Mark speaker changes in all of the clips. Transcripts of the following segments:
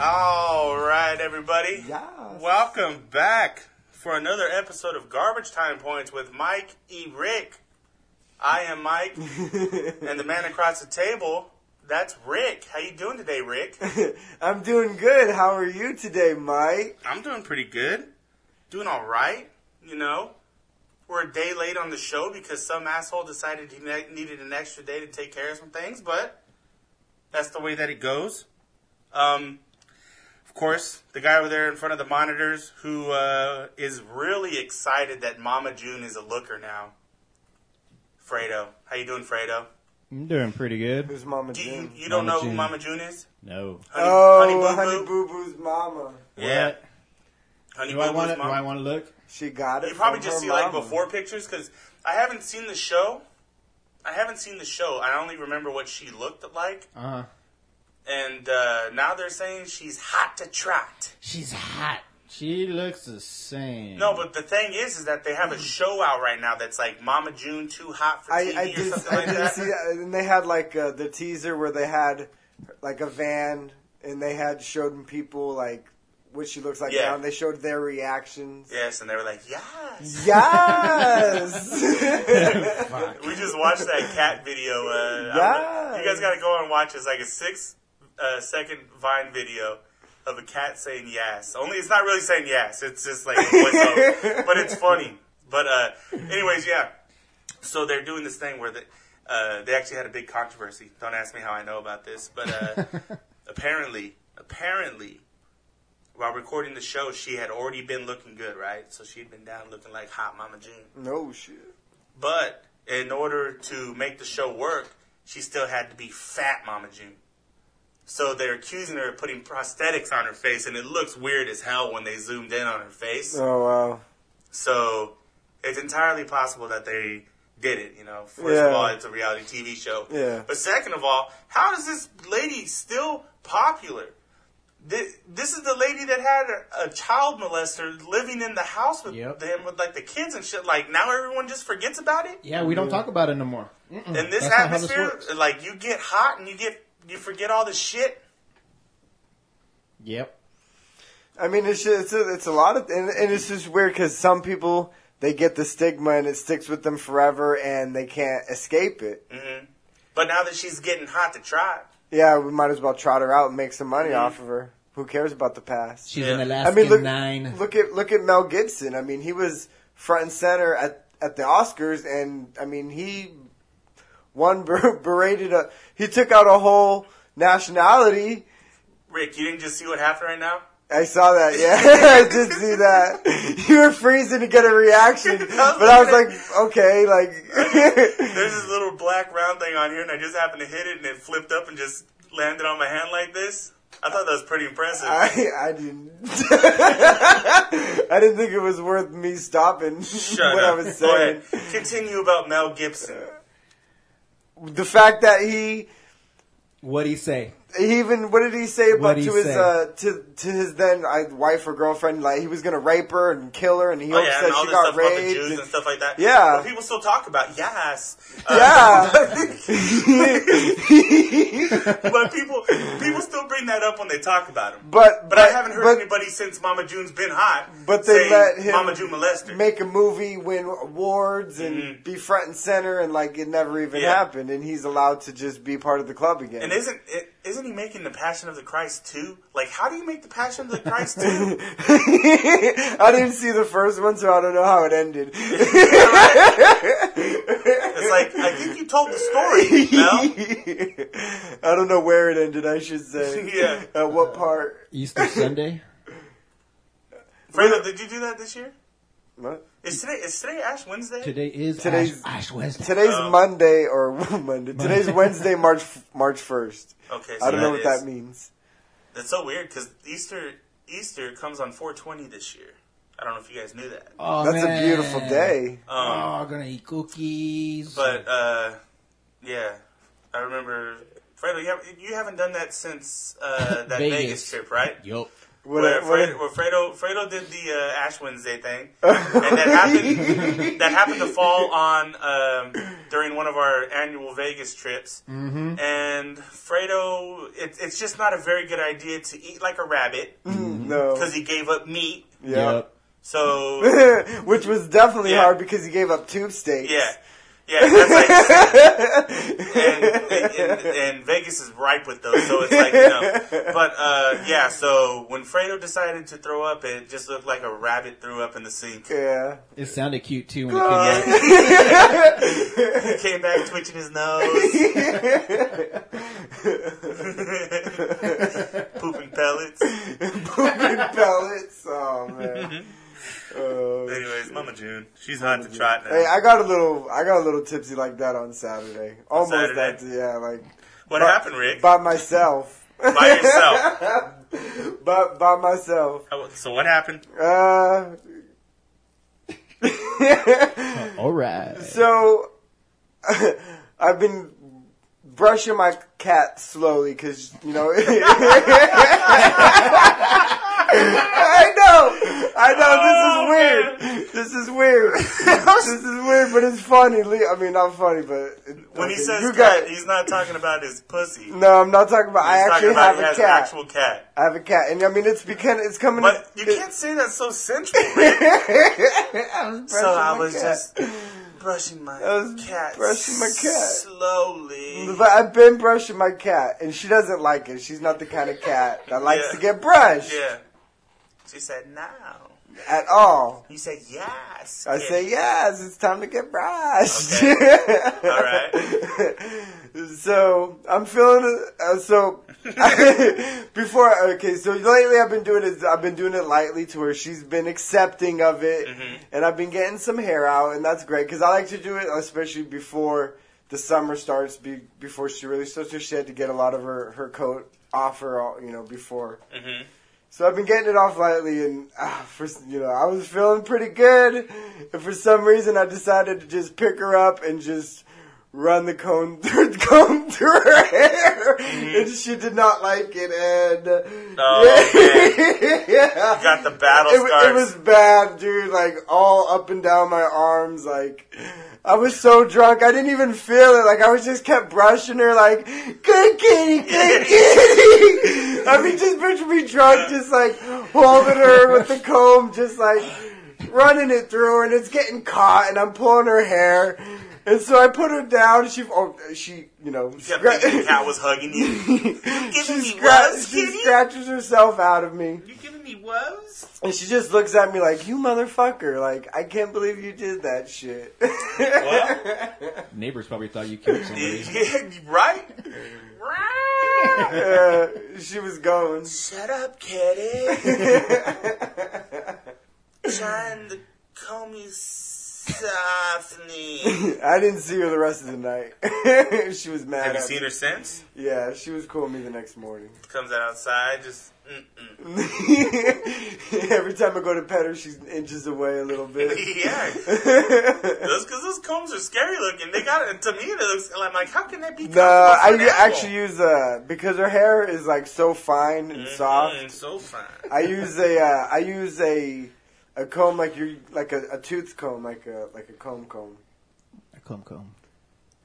Speaker 1: All right, everybody.
Speaker 2: Yes.
Speaker 1: Welcome back for another episode of Garbage Time Points with Mike E. Rick. I am Mike, and the man across the table, that's Rick. How you doing today, Rick?
Speaker 2: I'm doing good. How are you today, Mike?
Speaker 1: I'm doing pretty good. Doing all right, you know. We're a day late on the show because some asshole decided he ne- needed an extra day to take care of some things, but that's the way that it goes. Um, of course, the guy over there in front of the monitors who uh, is really excited that Mama June is a looker now. Fredo, how you doing, Fredo?
Speaker 3: I'm doing pretty good.
Speaker 2: Who's Mama
Speaker 1: Do you,
Speaker 2: June?
Speaker 1: you don't
Speaker 3: Mama
Speaker 1: know who
Speaker 3: June.
Speaker 1: Mama June is?
Speaker 3: No.
Speaker 1: Honey,
Speaker 2: oh,
Speaker 1: honey Boo
Speaker 2: Honey
Speaker 1: Boo.
Speaker 2: Boo Boo's mama.
Speaker 1: Yeah,
Speaker 3: What?
Speaker 1: Honey
Speaker 3: Do I
Speaker 1: Boo
Speaker 3: want
Speaker 1: Boo's
Speaker 3: it? Do I
Speaker 1: mom.
Speaker 3: want to look?
Speaker 2: She got it.
Speaker 1: You probably
Speaker 2: from
Speaker 1: just
Speaker 2: her
Speaker 1: see like
Speaker 2: mama.
Speaker 1: before pictures because I haven't seen the show. I haven't seen the show. I only remember what she looked like,
Speaker 3: Uh huh.
Speaker 1: and uh, now they're saying she's hot to trot.
Speaker 3: She's hot. She looks the same.
Speaker 2: Mm-hmm.
Speaker 1: No, but the thing is, is that they have a show out right now that's like Mama June too hot for
Speaker 2: I,
Speaker 1: TV
Speaker 2: I
Speaker 1: or
Speaker 2: did.
Speaker 1: something
Speaker 2: I
Speaker 1: like
Speaker 2: did
Speaker 1: that.
Speaker 2: see that. And they had like uh, the teaser where they had like a van, and they had showed them people like what she looks like
Speaker 1: Yeah.
Speaker 2: now, and they showed their reactions.
Speaker 1: Yes, and they were like, yes.
Speaker 2: Yes.
Speaker 3: Fuck.
Speaker 1: We just watched that cat video. Uh, I don't know. You guys got to go and watch. it. It's like a six uh, second Vine video of a cat saying yes. Only it's not really saying yes. It's just like a voiceover, but it's funny. But uh, anyways, yeah. So they're doing this thing where they uh, they actually had a big controversy. Don't ask me how I know about this, but uh, apparently, apparently. While recording the show, she had already been looking good, right? So she'd been down looking like hot Mama June.
Speaker 2: no shit.
Speaker 1: But in order to make the show work, she still had to be fat Mama June. So they're accusing her of putting prosthetics on her face, and it looks weird as hell when they zoomed in on her face.
Speaker 2: Oh wow.
Speaker 1: So it's entirely possible that they did it, you know. First of
Speaker 2: Yeah.
Speaker 1: all, it's a reality TV show.
Speaker 2: Yeah.
Speaker 1: But second of all, how is this lady still popular? This, this is the lady that had a, a child molester living in the house with
Speaker 3: Yep.
Speaker 1: them with like the kids and shit. Like now everyone just forgets about it.
Speaker 3: yeah, we don't talk about it no more.
Speaker 2: Hmm,
Speaker 3: Mm-mm.
Speaker 1: In this
Speaker 3: That's not how this
Speaker 1: atmosphere,
Speaker 3: works.
Speaker 1: like you get hot and you get you forget all the shit.
Speaker 3: Yep.
Speaker 2: I mean, it's just, it's, a, it's a lot of, and, and it's just weird because some people they get the stigma and it sticks with them forever, and they can't escape it.
Speaker 1: hmm But now that she's getting hot to try,
Speaker 2: Yeah, we might as well trot her out and make some money off of her. Who cares about the past?
Speaker 3: She's
Speaker 1: Yeah.
Speaker 3: an
Speaker 2: I
Speaker 3: Alaskan
Speaker 2: mean, look,
Speaker 3: nine.
Speaker 2: look at look at Mel Gibson. I mean, he was front and center at at the Oscars, and I mean, he one ber- berated a he took out a whole nationality.
Speaker 1: Rick, you didn't just see what happened right now.
Speaker 2: I saw that, yeah. I did see that. You were freezing to get a reaction, but I was like, okay,
Speaker 1: There's
Speaker 2: like.
Speaker 1: this little black round thing on here, and I just happened to hit it, and it flipped up and just landed on my hand like this. I thought that was pretty impressive.
Speaker 2: I, I didn't. I didn't think it was worth me stopping
Speaker 1: Shut
Speaker 2: what
Speaker 1: up.
Speaker 2: I was
Speaker 1: Go
Speaker 2: saying. Uh,
Speaker 1: ahead. Continue about Mel Gibson.
Speaker 2: The fact that he
Speaker 3: What'd he say?
Speaker 2: he even what did he say about
Speaker 3: What'd
Speaker 2: to
Speaker 3: he
Speaker 2: his
Speaker 3: say?
Speaker 2: uh, to to his then uh, wife or girlfriend? Like he was gonna rape her and kill her, and he
Speaker 1: Oh
Speaker 2: hopes
Speaker 1: yeah,
Speaker 2: that
Speaker 1: and all
Speaker 2: she
Speaker 1: this
Speaker 2: got
Speaker 1: stuff about the
Speaker 2: raped.
Speaker 1: Jews
Speaker 2: and-
Speaker 1: and stuff like that.
Speaker 2: Yeah.
Speaker 1: But people still talk about yes. Uh,
Speaker 2: yeah.
Speaker 1: but people people still bring that up when they talk about him.
Speaker 2: But
Speaker 1: But I haven't heard
Speaker 2: but-
Speaker 1: anybody since Mama June's been hot.
Speaker 2: But they
Speaker 1: saying
Speaker 2: let him
Speaker 1: Mama June molester.
Speaker 2: make a movie, win awards, and be front and center, and like it never even
Speaker 1: Mm-hmm. Yeah.
Speaker 2: happened, and he's allowed to just be part of the club again.
Speaker 1: and isn't i- isn't he making the Passion of the Christ too? Like, how do you make the Passion of the Christ too?
Speaker 2: I didn't see the first one, so I don't know how it ended.
Speaker 1: It's like I think you told the story, Mel.
Speaker 2: I don't know where it ended. I should say.
Speaker 1: Yeah.
Speaker 2: At what part?
Speaker 3: Easter Sunday?
Speaker 1: Fredo, did you do that this year?
Speaker 2: What?
Speaker 1: Is today is today Ash Wednesday?
Speaker 3: Today is
Speaker 2: Today's-
Speaker 3: Ash, Ash Wednesday.
Speaker 2: Today's
Speaker 1: Um,
Speaker 2: Monday or Monday. Today's Wednesday, March March first.
Speaker 1: Okay, so
Speaker 2: I don't know what
Speaker 1: is.
Speaker 2: that means.
Speaker 1: That's so weird because Easter Easter comes on 420 this year. I don't know if you guys knew that,
Speaker 3: Oh,
Speaker 2: That's
Speaker 3: man.
Speaker 2: a beautiful day.
Speaker 1: um,
Speaker 3: oh, gonna eat cookies.
Speaker 1: but uh, yeah, I remember. Fredo, you, have, you haven't done that since uh, that Vegas.
Speaker 3: Vegas.
Speaker 1: trip, right?
Speaker 3: Yup.
Speaker 2: What
Speaker 1: where,
Speaker 2: a- what a-
Speaker 1: Fredo, uh, where Fredo Fredo did the uh, Ash Wednesday thing, and that happened that happened to fall on um, during one of our annual Vegas trips. Mm-hmm. And Fredo, it, it's just not a very good idea to eat like a rabbit
Speaker 2: Mm, no.
Speaker 1: because he gave up meat.
Speaker 2: Yeah.
Speaker 1: So
Speaker 2: Which was definitely
Speaker 1: Yeah.
Speaker 2: hard because he gave up tube steaks.
Speaker 1: yeah, yeah, that's like and, and, and Vegas is ripe with those, so it's like you know. But uh, yeah, so when Fredo decided to throw up, it just looked like a rabbit threw up in the sink.
Speaker 2: yeah. Oh,
Speaker 3: It sounded cute too when it came
Speaker 1: Uh,
Speaker 3: out.
Speaker 1: He came back twitching his nose, pooping pellets.
Speaker 2: Pooping pellets. Oh man. Oh.
Speaker 1: Anyways, Mama June, she's hot to trot now.
Speaker 2: Hey, I got a little, I got a little tipsy like that on Saturday. Almost
Speaker 1: Saturday?
Speaker 2: that, yeah, like
Speaker 1: what happened, Rick?
Speaker 2: by myself.
Speaker 1: By yourself.
Speaker 2: by by myself.
Speaker 1: How- So what happened?
Speaker 2: Uh,
Speaker 3: All right.
Speaker 2: so I've been brushing my cat slowly because you know. I know,
Speaker 1: Oh,
Speaker 2: I know. This is weird. This is weird. this is weird, but it's funny. Le- I mean, not funny, but it-
Speaker 1: When he
Speaker 2: okay,
Speaker 1: says
Speaker 2: you
Speaker 1: cat,
Speaker 2: got-
Speaker 1: he's not talking about his pussy. He's
Speaker 2: no, I'm not talking about. I
Speaker 1: talking
Speaker 2: actually
Speaker 1: about he
Speaker 2: have a
Speaker 1: has
Speaker 2: cat.
Speaker 1: an actual cat.
Speaker 2: I have a cat, and I mean it's because it's coming.
Speaker 1: But
Speaker 2: to-
Speaker 1: you can't say that's so central, Rick.
Speaker 2: I was
Speaker 1: So
Speaker 2: brushing
Speaker 1: I was just
Speaker 2: my cat.
Speaker 1: brushing my
Speaker 2: I was
Speaker 1: cat.
Speaker 2: brushing my cat.
Speaker 1: Slowly.
Speaker 2: But I've been brushing my cat, and she doesn't like it. She's not the kind of cat that likes
Speaker 1: Yeah.
Speaker 2: to get brushed
Speaker 1: Yeah. She said, now.
Speaker 2: at all.
Speaker 1: You said, yes.
Speaker 2: I
Speaker 1: kid."
Speaker 2: say yes, it's time to get brushed.
Speaker 1: All right.
Speaker 2: so I'm feeling uh, so. before okay, so lately I've been doing it. I've been doing it lightly to her. She's been accepting of it,
Speaker 1: Mm-hmm.
Speaker 2: and I've been getting some hair out, and that's great because I like to do it, especially before the summer starts. Be, before she really starts, so she had to get a lot of her her coat off her, all, you know, before.
Speaker 1: Mhm.
Speaker 2: So I've been getting it off lightly, and uh, for you know, I was feeling pretty good, and for some reason, I decided to just pick her up and just run the comb through, comb through her hair, and she did not like it, and uh,
Speaker 1: Mm-hmm. Oh,
Speaker 2: yeah, yeah.
Speaker 1: You got the battle
Speaker 2: It, wa-
Speaker 1: scars.
Speaker 2: it was bad, dude. Like all up and down my arms. Like I was so drunk, I didn't even feel it. Like I was just kept brushing her. Like good kitty, good kitty. I mean, just picture me drunk, just like holding her with the comb, just like running it through, and it's getting caught, and I'm pulling her hair. And so I put her down. She, oh, she, you know,
Speaker 1: Yeah,
Speaker 2: scra-
Speaker 1: baby, the cat was hugging you. You
Speaker 2: she,
Speaker 1: giving me
Speaker 2: scra-
Speaker 1: woes,
Speaker 2: she
Speaker 1: kitty?
Speaker 2: scratches herself out of me.
Speaker 1: You giving me woes?
Speaker 2: And she just looks at me like, you motherfucker, like, I can't believe you did that shit.
Speaker 1: Well,
Speaker 3: Neighbors probably thought you killed somebody.
Speaker 1: yeah, right? Right.
Speaker 2: Uh, she was going.
Speaker 1: Shut up, kitty. Trying to call me softly.
Speaker 2: I didn't see her the rest of the night. she was mad.
Speaker 1: Have you
Speaker 2: at
Speaker 1: seen
Speaker 2: me.
Speaker 1: her since?
Speaker 2: Yeah, she was calling me the next morning.
Speaker 1: Comes outside, just. Mm-mm.
Speaker 2: Every time I go to pet her, she's inches away a little bit.
Speaker 1: Yeah, those because those combs are scary looking. They got it to me. It looks I'm like, how can that be?
Speaker 2: No, I
Speaker 1: comfortable for an
Speaker 2: actually
Speaker 1: animal?
Speaker 2: use uh because her hair is like so fine and soft.
Speaker 1: Mm, so fine.
Speaker 2: I use a uh, I use a a comb like you like a, a tooth comb like a like a comb comb.
Speaker 3: A comb comb.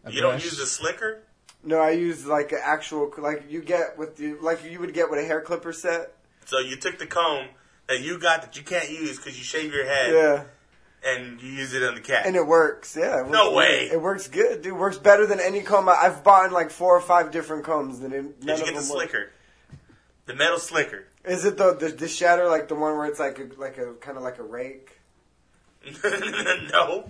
Speaker 3: A
Speaker 1: You don't
Speaker 3: brush.
Speaker 1: use the slicker.
Speaker 2: No, I use like an actual like you get with the like you would get with a hair clipper set.
Speaker 1: So you took the comb that you got that you can't use because you shave your head
Speaker 2: Yeah,
Speaker 1: and you use it on the cat.
Speaker 2: and it works. Yeah, it works,
Speaker 1: No way.
Speaker 2: It works good, dude. Works better than any comb I, I've bought. Like four or five different combs. And it, none
Speaker 1: Did you
Speaker 2: of
Speaker 1: get the
Speaker 2: them work.
Speaker 1: slicker? The metal slicker.
Speaker 2: Is it the, the the shatter like the one where it's like a, like a kind of like a rake?
Speaker 1: no.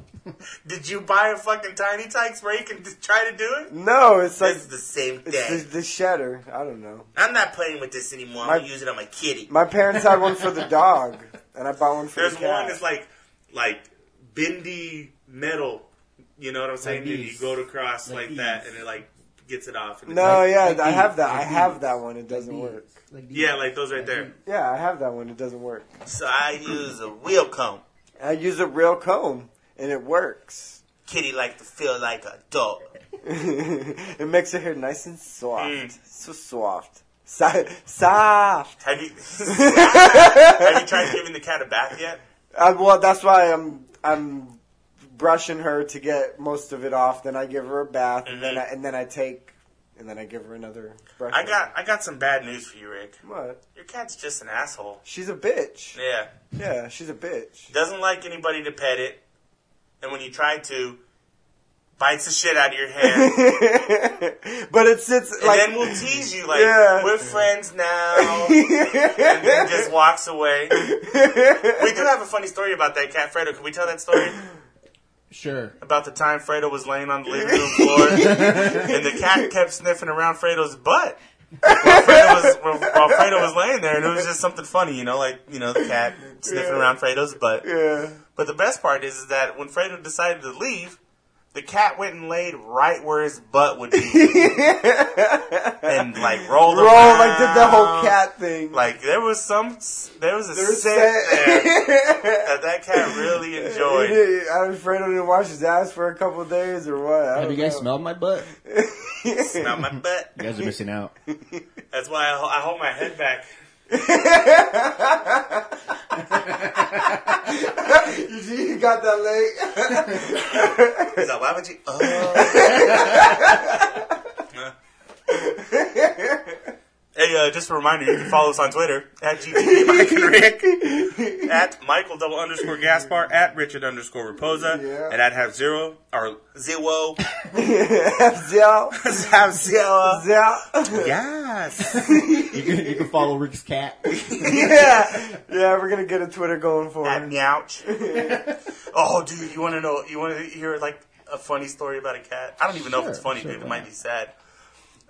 Speaker 1: Did you buy a fucking tiny tykes where you can just try to do it?
Speaker 2: No, it's like
Speaker 1: It's the same
Speaker 2: it's
Speaker 1: thing.
Speaker 2: the, the shatter. I don't know.
Speaker 1: I'm not playing with this anymore. I'm
Speaker 2: My-
Speaker 1: gonna use it on my kitty.
Speaker 2: My parents had one for the dog, and I bought one for
Speaker 1: There's
Speaker 2: the cat.
Speaker 1: one that's like like bendy metal. You know what I'm saying?
Speaker 3: Like
Speaker 1: and you
Speaker 3: these.
Speaker 1: go across like,
Speaker 3: Like
Speaker 1: that,
Speaker 3: these.
Speaker 1: and it like gets it off. And it-
Speaker 2: no,
Speaker 3: Like-
Speaker 2: Oh, yeah,
Speaker 3: like
Speaker 2: I have
Speaker 3: these,
Speaker 2: that.
Speaker 3: like
Speaker 2: I have
Speaker 3: these,
Speaker 2: that one. It doesn't work.
Speaker 1: yeah, like those right there.
Speaker 2: Yeah, I have that one. It doesn't work.
Speaker 1: So I use a wheel comb.
Speaker 2: I use a real comb, and it works.
Speaker 1: Kitty like to feel like a dog.
Speaker 2: it makes your hair nice and soft.
Speaker 1: Mm.
Speaker 2: So soft. So- soft.
Speaker 1: Have you have you tried giving the cat a bath yet?
Speaker 2: Uh, well, that's why I'm I'm brushing her to get most of it off. Then I give her a bath, and then I, and then I take and then I give her another brush.
Speaker 1: Mm-hmm. I got I got some bad news for you, Rick.
Speaker 2: what?
Speaker 1: Your cat's just an asshole.
Speaker 2: She's a bitch.
Speaker 1: Yeah,
Speaker 2: Yeah, she's a bitch.
Speaker 1: doesn't like anybody to pet it, and when you try to, bites the shit out of your hand.
Speaker 2: but it sits
Speaker 1: And
Speaker 2: like
Speaker 1: then we'll tease you like
Speaker 2: Yeah.
Speaker 1: we're friends now, and then just walks away. We do have a funny story about that cat, Fredo. Can we tell that story
Speaker 3: Sure.
Speaker 1: about the time Fredo was laying on the living room floor and the cat kept sniffing around Fredo's butt while Fredo was while Fredo was laying there, and it was just something funny, you know, like you know the cat sniffing
Speaker 2: Yeah.
Speaker 1: around Fredo's butt.
Speaker 2: yeah.
Speaker 1: But the best part is, is that when Fredo decided to leave, the cat went and laid right where his butt would be, and like rolled
Speaker 2: Roll
Speaker 1: around.
Speaker 2: like did the whole cat thing.
Speaker 1: Like there was some, there was a
Speaker 2: There's
Speaker 1: scent
Speaker 2: that-
Speaker 1: there that that cat really
Speaker 2: He
Speaker 1: enjoyed.
Speaker 2: didn't- I was afraid I didn't wash his ass for a couple of days or what. I
Speaker 3: Have you
Speaker 2: don't
Speaker 3: guys
Speaker 2: know.
Speaker 3: smelled my butt?
Speaker 1: Smell my butt.
Speaker 3: You guys are missing out.
Speaker 1: That's why I, ho- I hold my head back.
Speaker 2: you see, you got that leg.
Speaker 1: He's like, why would you? Oh. hey, uh, just a reminder, you can follow us on Twitter at GTD Mike and Rick, at Michael double underscore Gaspar, at Richard underscore Raposa,
Speaker 2: Yeah.
Speaker 1: and at Have Zero, or Zero,
Speaker 2: Zell,
Speaker 1: Have Zero.
Speaker 2: Zell.
Speaker 1: Yes.
Speaker 3: You can, you can follow Rick's cat.
Speaker 2: yeah, yeah, we're gonna get a Twitter going for
Speaker 1: at
Speaker 2: him.
Speaker 1: Meowch. oh, dude, you want to know, you want to hear, like, a funny story about a cat? I don't even know if it's
Speaker 3: Sure,
Speaker 1: funny,
Speaker 3: sure,
Speaker 1: dude. It
Speaker 3: why
Speaker 1: might
Speaker 3: not?
Speaker 1: be sad.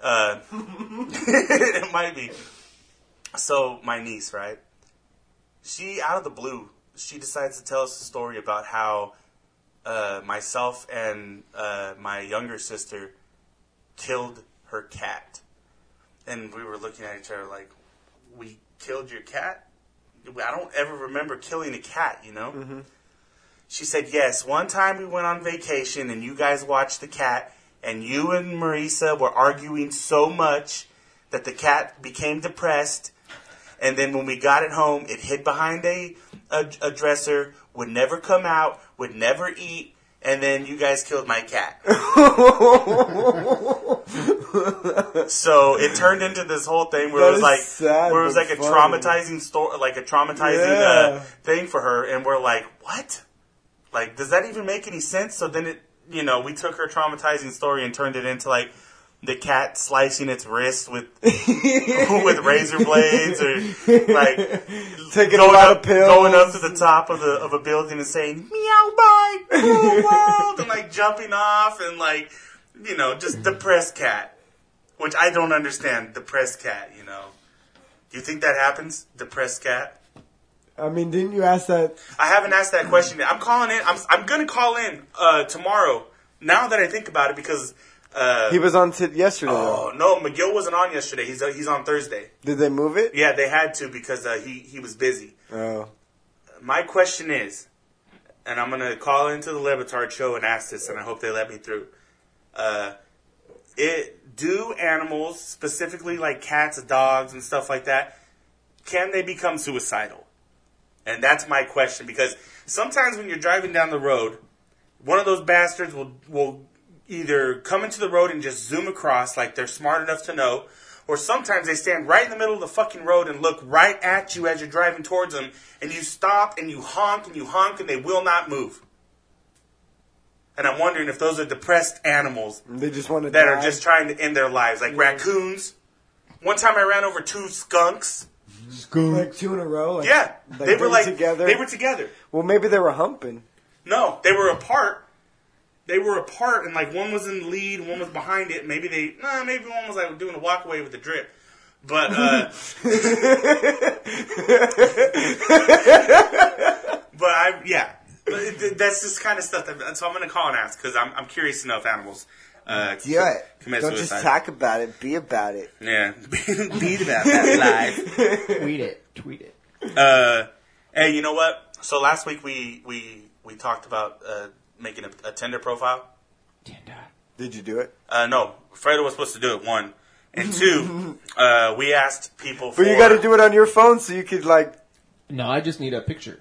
Speaker 1: Uh, it might be. So my niece, right? She out of the blue, she decides to tell us a story about how uh, myself and uh, my younger sister killed her cat, and we were looking at each other like, "We killed your cat." I don't ever remember killing a cat, you know.
Speaker 2: Mm-hmm.
Speaker 1: She said, Yes, one time we went on vacation and you guys watched the cat, and you and Marisa were arguing so much that the cat became depressed. And then when we got it home, it hid behind a, a, a dresser, would never come out, would never eat, and then you guys killed my cat. so it turned into this whole thing where
Speaker 2: That
Speaker 1: it was
Speaker 2: is
Speaker 1: like
Speaker 2: sad,
Speaker 1: where it was
Speaker 2: but
Speaker 1: like a
Speaker 2: funny.
Speaker 1: traumatizing story, like a traumatizing uh,
Speaker 2: Yeah.
Speaker 1: thing for her, and we're like, what? Like, does that even make any sense? So then it, you know, we took her traumatizing story and turned it into like the cat slicing its wrist with with razor blades or like
Speaker 2: Taking a
Speaker 1: going
Speaker 2: lot
Speaker 1: up,
Speaker 2: of pills.
Speaker 1: going up to the top of the of a building and saying meow bye cool world and like jumping off and like you know just depressed cat, which I don't understand. Depressed cat, you know. Do you think that happens? Depressed cat.
Speaker 2: I mean, didn't you ask that?
Speaker 1: I haven't asked that question. yet. I'm calling in. I'm I'm gonna call in uh, tomorrow. Now that I think about it, because uh,
Speaker 2: He was on tit yesterday.
Speaker 1: oh no, McGill wasn't on yesterday. He's uh, he's on Thursday.
Speaker 2: Did they move it?
Speaker 1: Yeah, they had to because uh, he he was busy.
Speaker 2: Oh,
Speaker 1: My question is, and I'm gonna call into the Levitard show and ask this, and I hope they let me through. Uh, it do animals specifically like cats, dogs, and stuff like that? Can they become suicidal? And that's my question because sometimes when you're driving down the road, one of those bastards will will either come into the road and just zoom across like they're smart enough to know, or sometimes they stand right in the middle of the fucking road and look right at you as you're driving towards them, and you stop and you honk and you honk and they will not move. And I'm wondering if those are depressed animals
Speaker 2: they just wanted
Speaker 1: that are just trying to end their lives, like raccoons. One time I ran over two skunks.
Speaker 2: like two in a row. Like,
Speaker 1: Yeah,
Speaker 2: like
Speaker 1: they were like
Speaker 2: together.
Speaker 1: They were together.
Speaker 2: well, maybe they were humping.
Speaker 1: No, they were apart. They were apart, and like one was in the lead, one was behind it. Maybe they, nah, maybe one was like doing a walk away with the drip. But, uh, but I, yeah, But it- that's this kind of stuff. That, so I'm gonna call and ask because I'm, I'm curious to know if animals. Uh,
Speaker 2: Do
Speaker 1: co-
Speaker 2: it.
Speaker 1: commit
Speaker 2: Don't
Speaker 1: suicide.
Speaker 2: just talk about it. Be about it.
Speaker 1: Yeah, beat about that life.
Speaker 3: Tweet it. Tweet it.
Speaker 1: Uh, hey, you know what? So last week we we we talked about uh, making a, a Tinder profile.
Speaker 3: Tinder.
Speaker 2: Did you do it?
Speaker 1: Uh, no, Fredo was supposed to do it one, And two, uh, we asked people for.
Speaker 2: But you got to do it on your phone so you could like.
Speaker 3: No, I just need a picture.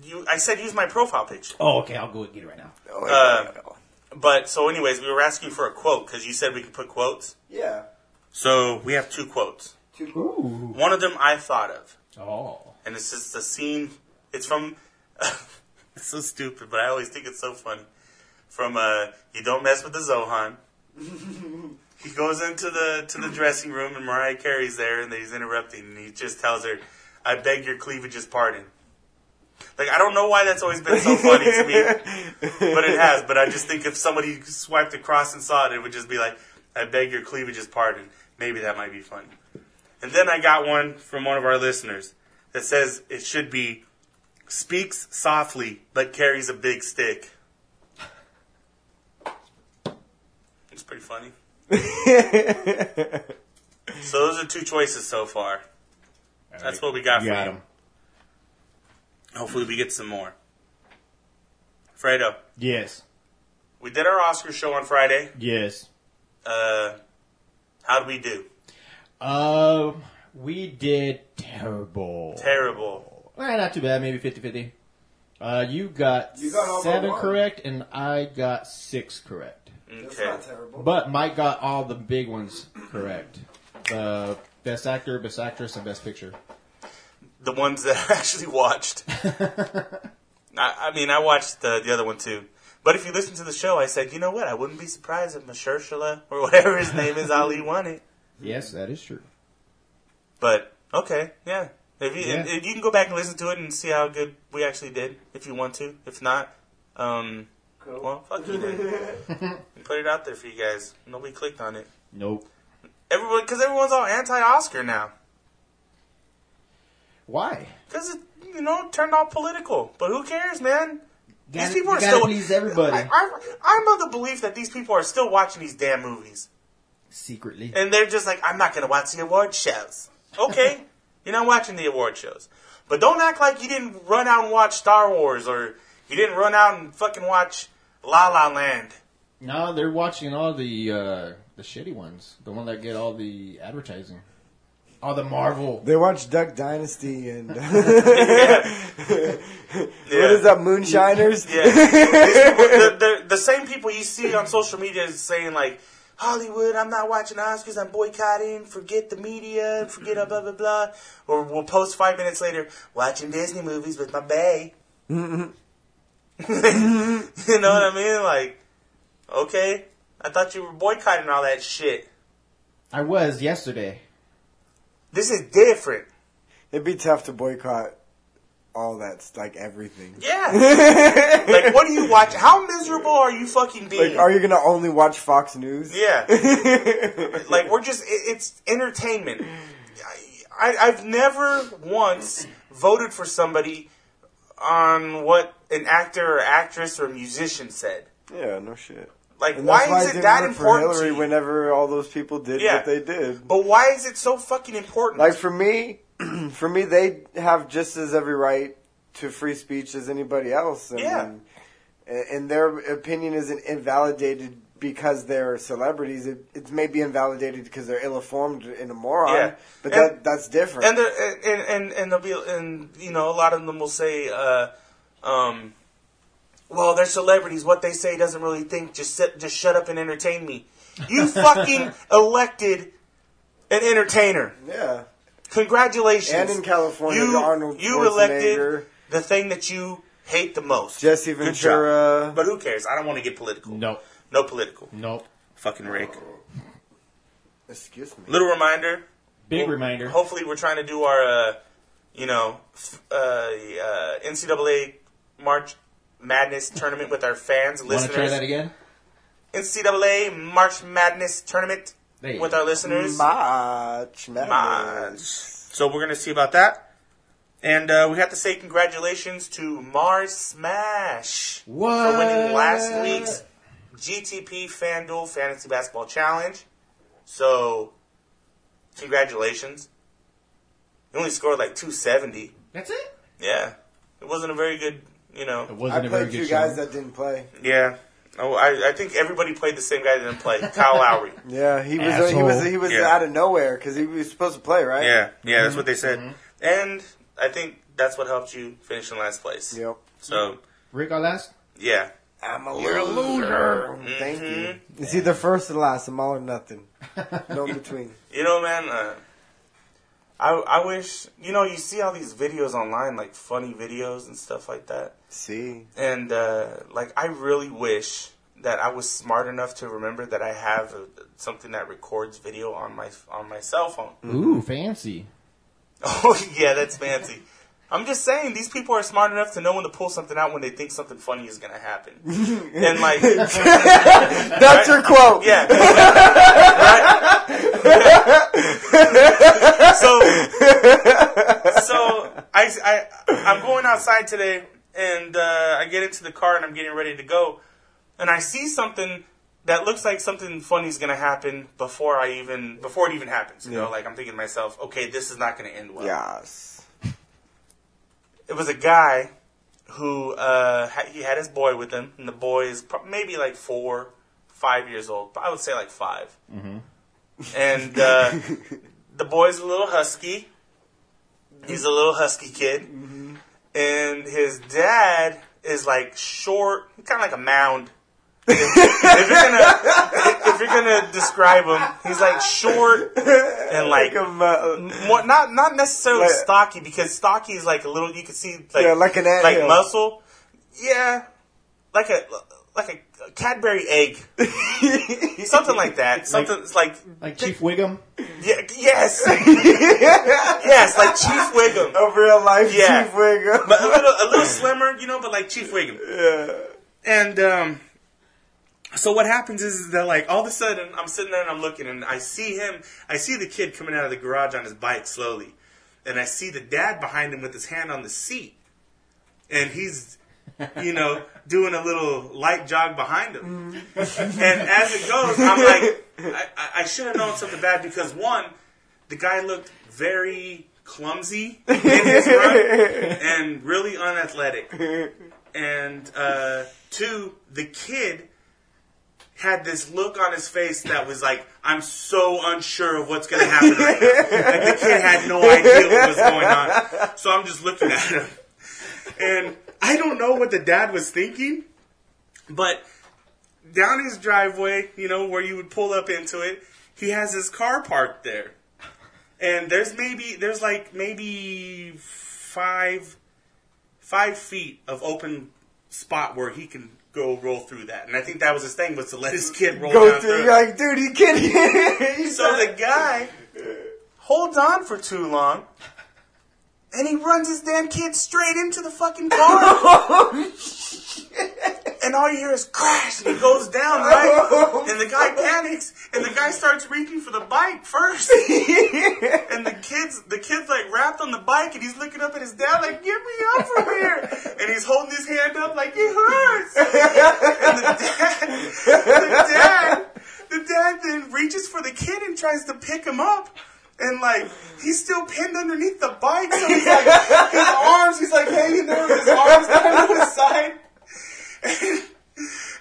Speaker 1: You, I said use my profile picture.
Speaker 3: Oh, okay. I'll go and get it right now.
Speaker 2: Oh,
Speaker 1: Uh, But so, anyways, we were asking for a quote because you said we could put quotes.
Speaker 2: yeah.
Speaker 1: So we have two quotes.
Speaker 3: Ooh.
Speaker 1: One of them I thought of,
Speaker 3: Oh.
Speaker 1: and it's just a scene. It's from. it's so stupid, but I always think it's so funny. From uh, you don't mess with the Zohan. he goes into the to the dressing room, and Mariah Carey's there, and he's interrupting, and he just tells her, "I beg your cleavage's pardon." Like I don't know why that's always been so funny to me. but it has. But I just think if somebody swiped across and saw it, it would just be like, "I beg your cleavage's pardon." Maybe that might be funny. And then I got one from one of our listeners that says it should be speaks softly but carries a big stick. It's pretty funny. So those are two choices so far. That's what we got for
Speaker 3: Got
Speaker 1: you.
Speaker 3: him.
Speaker 1: Hopefully we get some more. Fredo,
Speaker 3: Yes.
Speaker 1: we did our Oscar show on Friday.
Speaker 3: Yes.
Speaker 1: Uh, how'd we do?
Speaker 3: Um, we did terrible.
Speaker 1: Terrible.
Speaker 3: Eh, not too bad. Maybe 50-50. Uh, you got,
Speaker 2: You got all but
Speaker 3: seven
Speaker 2: one.
Speaker 3: correct, and I got six correct.
Speaker 1: Okay.
Speaker 2: terrible.
Speaker 3: But Mike got all the big ones correct. The best actor, best actress, and best picture.
Speaker 1: The ones that I actually watched. I, I mean, I watched uh, the, the other one too. But if you listen to the show, I said, you know what? I wouldn't be surprised if Mashershala or whatever his name is, Ali won it.
Speaker 3: yes, that is true.
Speaker 1: But okay, yeah. If you and-
Speaker 3: Yeah.
Speaker 1: and you can go back and listen to it and see how good we actually did, if you want to. If not, um, well, fuck you then. Put it out there for you guys. Nobody clicked on it.
Speaker 3: Nope.
Speaker 1: Everyone, because everyone's all anti-Oscar now.
Speaker 3: Why?
Speaker 1: Because it, you know, turned all political. But who cares, man? These people are
Speaker 3: you gotta
Speaker 1: still-
Speaker 3: please
Speaker 1: I,
Speaker 3: everybody
Speaker 1: I, I'm of the belief that these people are still watching these damn movies.
Speaker 3: secretly.
Speaker 1: And they're just like, I'm not going to watch the award shows. Okay, you're not watching the award shows. But don't act like you didn't run out and watch Star Wars or you didn't run out and fucking watch La La Land.
Speaker 3: No, they're watching all the uh, the shitty ones, the one that get all the advertising, all the Marvel.
Speaker 2: They watch Duck Dynasty and
Speaker 1: Yeah.
Speaker 2: what is that? Moonshiners.
Speaker 1: Yeah. the, the, the same people you see on social media is saying like Hollywood, I'm not watching Oscars, I'm boycotting, forget the media, forget blah blah blah. Or we'll post five minutes later, watching Disney movies with my bae. you know what I mean? Like, okay, I thought you were boycotting all that shit.
Speaker 3: I was yesterday.
Speaker 1: This is different.
Speaker 2: It'd be tough to boycott all that, like everything.
Speaker 1: Yeah. like, what do you watch? How miserable are you fucking being?
Speaker 2: Like, are you gonna only watch Fox News?
Speaker 1: yeah. like we're just it, it's entertainment I, I, i've never once voted for somebody on what an actor or actress or musician said
Speaker 2: yeah, no shit.
Speaker 1: like
Speaker 2: And
Speaker 1: why is
Speaker 2: that's I
Speaker 1: it
Speaker 2: didn't
Speaker 1: that
Speaker 2: vote
Speaker 1: important
Speaker 2: For
Speaker 1: to
Speaker 2: Hillary
Speaker 1: you?
Speaker 2: whenever all those people did
Speaker 1: Yeah.
Speaker 2: what they did.
Speaker 1: but why is it so fucking important
Speaker 2: Like for me, for me, they have just as every right to free speech as anybody else. I
Speaker 1: Yeah.
Speaker 2: mean, a- and their opinion isn't invalidated because they're celebrities. It, it may be invalidated because they're ill-informed and a moron.
Speaker 1: Yeah.
Speaker 2: But
Speaker 1: And-
Speaker 2: that that's different.
Speaker 1: and the, and and and they'll be and you know a lot of them will say uh um well they're celebrities what they say doesn't really think just sit, just shut up and entertain me you fucking elected an entertainer
Speaker 2: yeah.
Speaker 1: congratulations
Speaker 2: And in California,
Speaker 1: you,
Speaker 2: Arnold
Speaker 1: you
Speaker 2: Schwarzenegger,
Speaker 1: elected the thing that you hate the most
Speaker 2: Jesse
Speaker 1: Good job.
Speaker 2: Ventura.
Speaker 1: but who cares i don't want to get political
Speaker 3: No,
Speaker 1: no political
Speaker 3: nope.
Speaker 1: fucking rake
Speaker 2: Excuse me.
Speaker 1: little reminder
Speaker 3: Big
Speaker 1: Well,
Speaker 3: reminder.
Speaker 1: Hopefully, we're trying to do our, uh, you know, f- uh, uh, NCAA March Madness tournament with our fans,
Speaker 3: Want to try
Speaker 1: listeners.
Speaker 3: that again?
Speaker 1: NCAA March Madness tournament
Speaker 3: There you
Speaker 1: with
Speaker 3: go.
Speaker 1: our listeners.
Speaker 2: March
Speaker 1: March.
Speaker 2: Madness.
Speaker 1: So we're gonna see about that. And uh, we have to say congratulations to Mars Smash for winning last
Speaker 3: What?
Speaker 1: week's GTP FanDuel Fantasy Basketball Challenge. So, congratulations. You only scored like 270.
Speaker 3: That's it.
Speaker 1: Yeah. It wasn't a very good, you
Speaker 3: It
Speaker 1: know.
Speaker 2: I
Speaker 3: wasn't a very
Speaker 2: played
Speaker 3: good
Speaker 2: two guys
Speaker 3: show.
Speaker 2: that didn't play.
Speaker 1: Yeah. Oh, I, I think everybody played the same guy that didn't play. Kyle Lowry.
Speaker 2: Yeah, he was he
Speaker 3: Asshole.
Speaker 2: was he was
Speaker 1: Yeah.
Speaker 2: out of nowhere because he was supposed to play, right?
Speaker 1: Yeah, yeah, that's what they said. And I think that's what helped you finish in last place.
Speaker 2: Yep.
Speaker 1: So,
Speaker 3: Rick, our last.
Speaker 1: yeah.
Speaker 2: I'm a
Speaker 3: You're a loser. Mm-hmm.
Speaker 2: Thank you.
Speaker 1: Mhm.
Speaker 2: It's either first and last, I'm all or nothing. No in between.
Speaker 1: You know, man, uh, I, I wish, you know, you see all these videos online, like funny videos and stuff like that.
Speaker 2: See,
Speaker 1: And, uh, like, I really wish that I was smart enough to remember that I have a, something that records video on my on my cell phone.
Speaker 3: Ooh, fancy.
Speaker 1: Oh, yeah, that's fancy. I'm just saying, these people are smart enough to know when to pull something out when they think something funny is going to happen. and, like,
Speaker 2: that's your quote.
Speaker 1: Yeah. right? so, so I, I, I'm going outside today, and uh, I get into the car and I'm getting ready to go, and I see something that looks like something funny is going to happen before I even before it even happens. You
Speaker 2: Yeah.
Speaker 1: know, like I'm thinking to myself, okay, this is not going to end well.
Speaker 2: Yes.
Speaker 1: It was a guy who uh, ha- he had his boy with him, and the boy is pro- maybe like four, five years old. I would say like 5 And uh, the boy's a little husky. He's a little husky kid, and his dad is like short, kind of like a mound. if, if you're gonna if you're gonna describe him, he's like short and like
Speaker 2: Like a mu-
Speaker 1: more, not not necessarily
Speaker 2: Like-
Speaker 1: stocky because stocky is like a little you can see like
Speaker 2: Yeah, like an ant
Speaker 1: like
Speaker 2: hill.
Speaker 1: muscle yeah like a like a Cadbury egg something like that something like,
Speaker 3: Like Chief Wiggum.
Speaker 1: yeah, yes yes like Chief Wiggum
Speaker 2: a real life
Speaker 1: Yeah.
Speaker 2: Chief Wiggum.
Speaker 1: but a little a little slimmer you know but like Chief Wiggum
Speaker 2: yeah.
Speaker 1: and um, so what happens is, is that like all of a sudden I'm sitting there and I'm looking and I see him, I see the kid coming out of the garage on his bike slowly, and I see the dad behind him with his hand on the seat, and he's, you know, doing a little light jog behind him, and as it goes, I'm like, I, I, I should have known something bad because one, the guy looked very clumsy in his run and really unathletic and uh, two, the kid had this look on his face that was like, "I'm so unsure of what's going to happen." Right now. Like the kid had no idea what was going on, so I'm just looking at him, and I don't know what the dad was thinking, but down his driveway, you know, where you would pull up into it, he has his car parked there. And there's maybe there's like maybe five five feet of open spot where he can go roll through that. And I think that was his thing was to let his kid roll
Speaker 2: Go
Speaker 1: down
Speaker 2: through.
Speaker 1: through.
Speaker 2: You're like, dude, he can't. He's
Speaker 1: So the guy holds on for too long. And he runs his damn kid straight into the fucking car. and all you hear is crash and he goes down, right? And the guy panics and the guy starts reaching for the bike first. and the kid's the kid's like wrapped on the bike and he's looking up at his dad like, get me up from here. And he's holding his hand up like it hurts. and the dad the dad the dad then reaches for the kid and tries to pick him up. And like he's still pinned underneath the bike, so he's like his arms, he's like hanging there with his arms down to his side.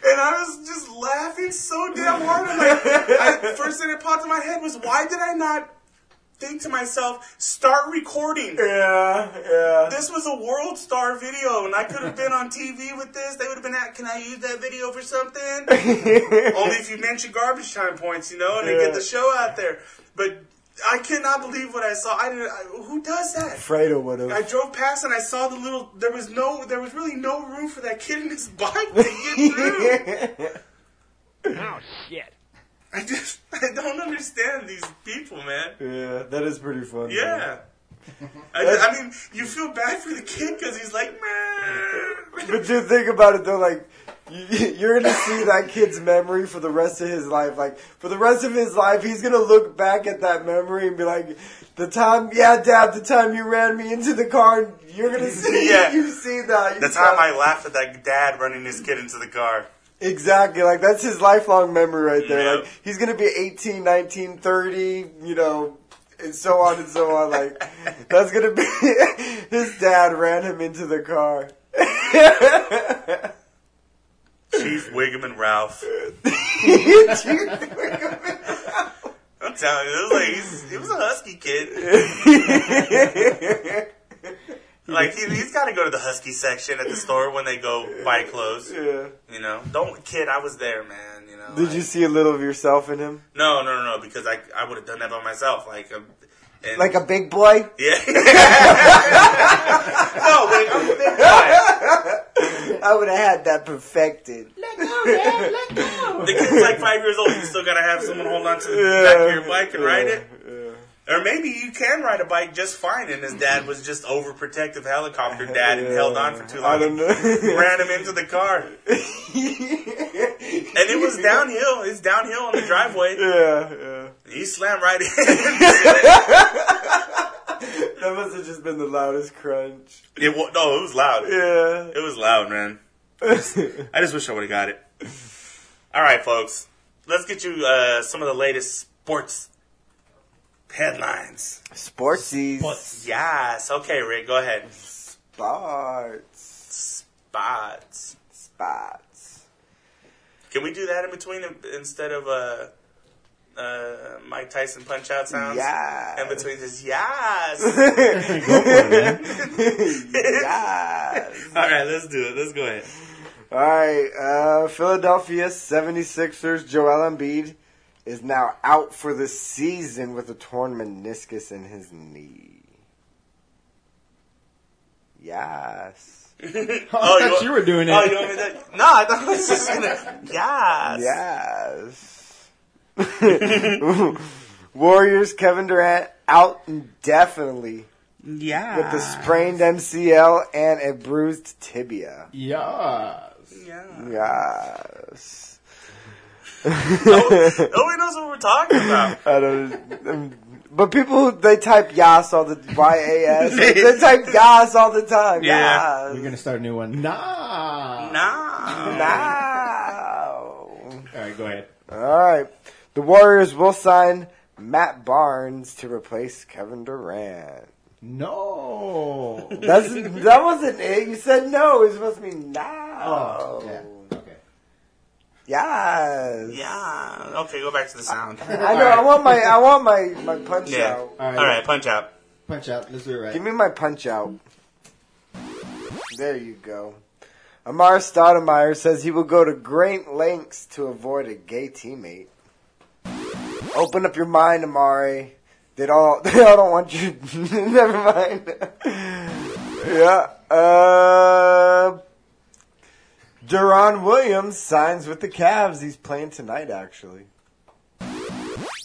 Speaker 1: And I was just laughing so damn hard. I'm like, I, first thing that popped in my head was, why did I not think to myself, start recording?
Speaker 2: yeah, yeah.
Speaker 1: This was a world star video, and I could have been on TV with this. They would have been at, can I use that video for something? Only if you mention garbage time points, you know, and they
Speaker 2: Yeah.
Speaker 1: get the show out there. But I cannot believe what I saw. I didn't. I, who does that?
Speaker 2: Fredo would
Speaker 1: I
Speaker 2: have.
Speaker 1: drove past and I saw the little. There was no. There was really no room for that kid and his bike to get through.
Speaker 4: Oh shit.
Speaker 1: I just I don't understand these people, man.
Speaker 2: yeah, that is pretty funny.
Speaker 1: Yeah. I, I mean, you feel bad for the kid because he's like, man.
Speaker 2: But just think about it though, like you- you're gonna see that kid's memory for the rest of his life. Like for the rest of his life, he's gonna look back at that memory and be like, "The time, yeah, Dad, the time you ran me into the car." and You're gonna see,
Speaker 1: Yeah.
Speaker 2: you see that. You
Speaker 1: The
Speaker 2: saw-
Speaker 1: time I laughed at that dad running his kid into the car.
Speaker 2: exactly like that's his lifelong memory right there.
Speaker 1: Yeah.
Speaker 2: Like he's gonna be 18, 19, 30, you know. And so on and so on. Like that's gonna be his dad ran him into the car.
Speaker 1: Chief Wiggum and Ralph. I'm telling you, it was like he's, he was a husky kid. Like he, he's got to go to the husky section at the store when they go buy clothes.
Speaker 2: yeah.
Speaker 1: You know, don't kid. I was there, man. You know.
Speaker 2: Did
Speaker 1: like-
Speaker 2: you see a little of yourself in him?
Speaker 1: No, no, no, no, because I I would have done that by myself. Like, um, and,
Speaker 2: Like a big boy?
Speaker 1: yeah. no, um, like I'm a big guy.
Speaker 2: I would have had that perfected.
Speaker 1: The kid's like five years old. You still gotta have someone hold on to the
Speaker 2: Yeah.
Speaker 1: back of your bike and ride it.
Speaker 2: Yeah.
Speaker 1: Or maybe you can ride a bike just fine, and his dad was just overprotective helicopter dad and held on for too long.
Speaker 2: I don't know.
Speaker 1: Ran him into the car, and it was downhill. It's downhill on the driveway.
Speaker 2: Yeah, yeah.
Speaker 1: He slammed right in.
Speaker 2: That must have just been the loudest crunch.
Speaker 1: It wa- no, it was loud.
Speaker 2: Yeah.
Speaker 1: It was loud, man. I just wish I would have got it. All right, folks. Let's get you uh, some of the latest sports headlines.
Speaker 2: Sportsies.
Speaker 1: Yes. Okay, Rick, go ahead.
Speaker 2: Sports.
Speaker 1: Spots.
Speaker 2: Spots.
Speaker 1: Can we do that in between in- instead of uh, uh, Mike Tyson punch out sounds?
Speaker 2: Yes.
Speaker 1: In between says, yes.
Speaker 3: Oh,
Speaker 2: yes.
Speaker 1: All right, let's do it. Let's go ahead.
Speaker 2: All right. Uh, Philadelphia 76ers Joel Embiid is now out for the season with a torn meniscus in his knee. Yes.
Speaker 1: Oh,
Speaker 3: I thought
Speaker 1: wa-
Speaker 3: you were doing it.
Speaker 1: Oh, you want me to? No, I thought I was just gonna. Yes.
Speaker 2: Yes. Warriors Kevin Durant out indefinitely
Speaker 1: Yeah.
Speaker 2: with the sprained MCL and a bruised tibia.
Speaker 3: Yes.
Speaker 1: Yeah.
Speaker 2: Yes.
Speaker 1: Nobody knows what we're talking about.
Speaker 2: I don't. um, But people who- they type yas all the y a s. They type yas all the time.
Speaker 1: Yeah.
Speaker 2: Yas.
Speaker 3: You're gonna start a new one. Nah.
Speaker 1: Nah.
Speaker 2: Now.
Speaker 3: All right, go ahead.
Speaker 2: All right. The Warriors will sign Matt Barnes to replace Kevin Durant.
Speaker 3: No.
Speaker 2: That's that wasn't it. You said no. It was supposed to be now.
Speaker 3: Oh. Yeah. Okay.
Speaker 2: Yes.
Speaker 1: Yeah. Okay, go back to the sound. All
Speaker 2: I know. I want my. I want my my punch
Speaker 1: Yeah.
Speaker 2: out.
Speaker 3: All right.
Speaker 1: right, punch out.
Speaker 3: Punch out. Let's do it right.
Speaker 2: Give me my punch out. There you go. Amar Stoudemire says he will go to great lengths to avoid a gay teammate. Open up your mind, Amari. They all they all don't want you. Never mind. yeah. Uh. Deron Williams signs with the Cavs. He's playing tonight, actually.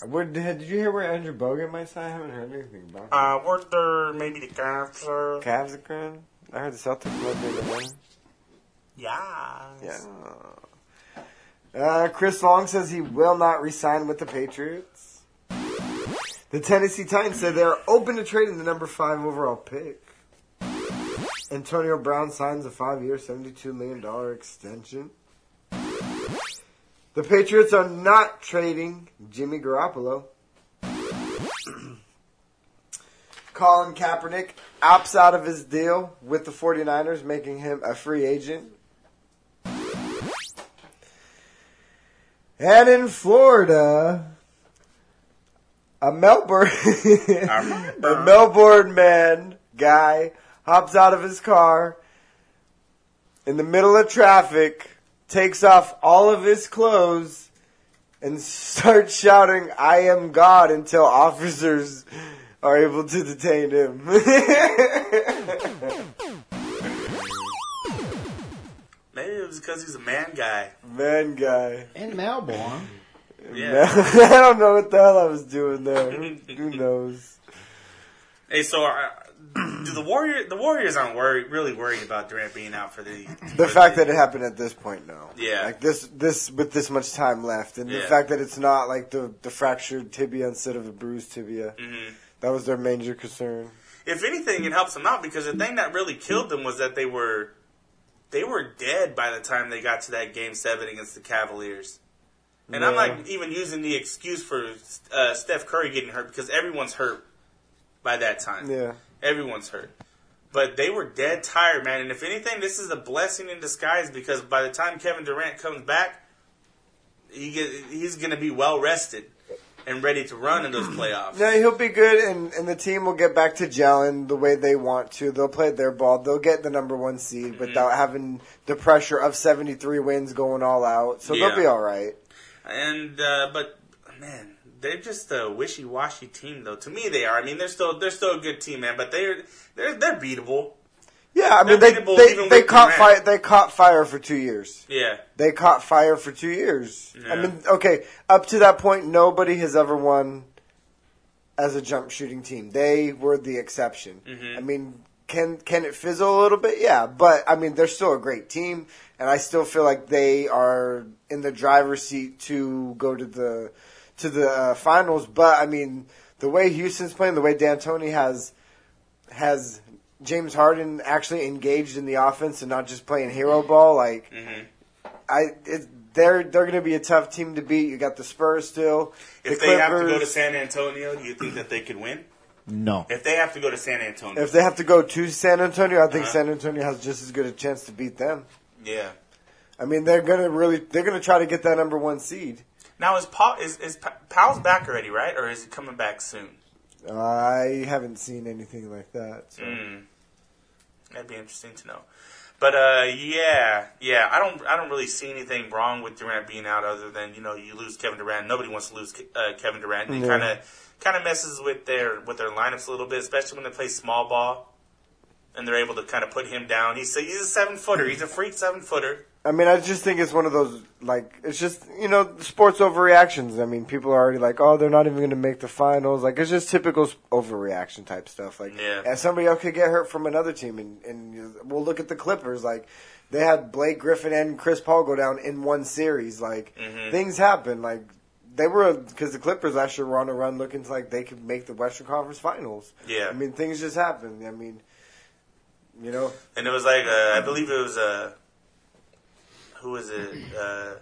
Speaker 2: Where, did you hear where Andrew Bogut might sign? I haven't heard anything about. him.
Speaker 1: Uh, were there maybe the Cavs or
Speaker 2: Cavs are grand. I heard the Celtics might be the win.
Speaker 1: yeah?
Speaker 2: Yeah. Uh, Chris Long says he will not resign with the Patriots. The Tennessee Titans said they are open to trading the number five overall pick. Antonio Brown signs a five-year, seventy-two million dollar extension. The Patriots are not trading Jimmy Garoppolo. Colin Kaepernick opts out of his deal with the 49ers, making him a free agent. And in Florida, a Melbourne, a Melbourne man guy hops out of his car in the middle of traffic, takes off all of his clothes, and starts shouting, "I am God!" until officers are able to detain him.
Speaker 1: Maybe it was because he's a man guy.
Speaker 2: man, guy.
Speaker 3: In Melbourne.
Speaker 1: Yeah.
Speaker 2: I don't know what the hell I was doing there. Who, who knows?
Speaker 1: hey, so uh, do the Warrior? The Warriors aren't worried, really worried about Durant being out for the
Speaker 2: The fact that it happened at this point, no.
Speaker 1: Yeah.
Speaker 2: Like this, this with this much time left, and the
Speaker 1: Yeah.
Speaker 2: fact that it's not like the the fractured tibia instead of a bruised tibia. Mm-hmm. That was their major concern.
Speaker 1: if anything, it helps them out because the thing that really killed them was that they were they were dead by the time they got to that game seven against the Cavaliers. And I'm
Speaker 2: Yeah.
Speaker 1: not even using the excuse for uh, Steph Curry getting hurt because everyone's hurt by that time.
Speaker 2: Yeah.
Speaker 1: Everyone's hurt. But they were dead tired, man. And if anything, this is a blessing in disguise because by the time Kevin Durant comes back, he get, he's going to be well rested and ready to run in those playoffs.
Speaker 2: No, he'll be good, and, and the team will get back to gelling the way they want to. They'll play their ball. They'll get the number one seed
Speaker 1: Mm-hmm.
Speaker 2: without having the pressure of 73 wins going all out. So
Speaker 1: Yeah.
Speaker 2: they'll be all right.
Speaker 1: And uh, but man, they're just a wishy-washy team, though. To me, they are. I mean, they're still they're still a good team, man. But they're they're they're beatable.
Speaker 2: Yeah, I mean,
Speaker 1: They're
Speaker 2: they,
Speaker 1: beatable
Speaker 2: they,
Speaker 1: even
Speaker 2: they,
Speaker 1: with
Speaker 2: caught
Speaker 1: Durant.
Speaker 2: fire, they caught fire for two years.
Speaker 1: Yeah,
Speaker 2: They caught fire for two years. I
Speaker 1: Yeah.
Speaker 2: mean, okay, up to that point, nobody has ever won as a jump shooting team. They were the exception.
Speaker 1: Mm-hmm.
Speaker 2: I mean, can can it fizzle a little bit? Yeah, but I mean, they're still a great team, and I still feel like they are in the driver's seat to go to the to the uh, finals. But I mean, the way Houston's playing, the way D'Antoni has has James Harden actually engaged in the offense and not just playing hero ball, like.
Speaker 1: Mm-hmm.
Speaker 2: I it, they're they're going to be a tough team to beat. You got the Spurs still. the
Speaker 1: if they
Speaker 2: Clippers,
Speaker 1: have to go to San Antonio, do you think that they could win?
Speaker 3: No.
Speaker 1: If they have to go to San Antonio,
Speaker 2: if they have to go to San Antonio, I think
Speaker 1: Uh-huh.
Speaker 2: San Antonio has just as good a chance to beat them.
Speaker 1: yeah.
Speaker 2: I mean, they're going to really they're going to try to get that number one seed.
Speaker 1: Now is Paul is is Pa- Powell's back already, right? Or is he coming back soon?
Speaker 2: I haven't seen anything like that. So.
Speaker 1: Mm. That'd be interesting to know. But uh, yeah, yeah, I don't, I don't really see anything wrong with Durant being out, other than you know you lose Kevin Durant. Nobody wants to lose Ke- uh, Kevin Durant. It
Speaker 2: Yeah.
Speaker 1: kind of, kind of messes with their with their lineups a little bit, especially when they play small ball, and they're able to kind of put him down. He's a, he's a seven footer. He's a freak seven footer.
Speaker 2: I mean, I just think it's one of those like it's just you know sports overreactions. I mean, people are already like, oh, they're not even going to make the finals. Like it's just typical s- overreaction type stuff. Like,
Speaker 1: Yeah.
Speaker 2: and somebody else could get hurt from another team, and and you- we'll look at the Clippers. Like they had Blake Griffin and Chris Paul go down in one series. Like
Speaker 1: Mm-hmm.
Speaker 2: things happen. Like they were because the Clippers last year were on a run, looking like they could make the Western Conference Finals.
Speaker 1: Yeah.
Speaker 2: I mean, things just happen. I mean, you know,
Speaker 1: And it was like uh, I believe it was uh, who was it? Uh,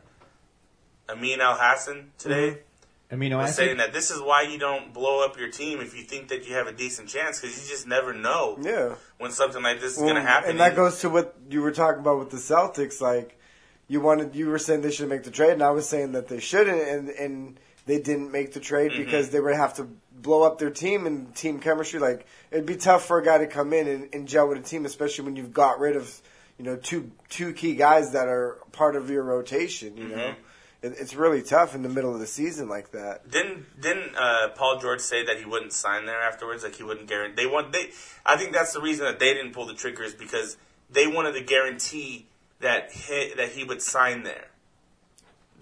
Speaker 1: Amin Al Hassan today.
Speaker 2: Mm-hmm.
Speaker 3: Amino
Speaker 1: was saying
Speaker 3: acid.
Speaker 1: that this is why you don't blow up your team if you think that you have a decent chance because you just never know
Speaker 2: yeah.
Speaker 1: when something like this is
Speaker 2: Well,
Speaker 1: going to happen.
Speaker 2: And that goes to what you were talking about with the Celtics. Like you wanted, you were saying they should make the trade, and I was saying that they shouldn't, and and they didn't make the trade
Speaker 1: Mm-hmm.
Speaker 2: because they would have to blow up their team and team chemistry. Like it'd be tough for a guy to come in and, and gel with a team, especially when you've got rid of you know two two key guys that are part of your rotation. You
Speaker 1: Mm-hmm.
Speaker 2: know, it, it's really tough in the middle of the season like that.
Speaker 1: didn't didn't uh, Paul George say that he wouldn't sign there afterwards? Like he wouldn't guarantee. They want they. I think that's the reason that they didn't pull the trigger is because they wanted to guarantee that he, that he would sign there.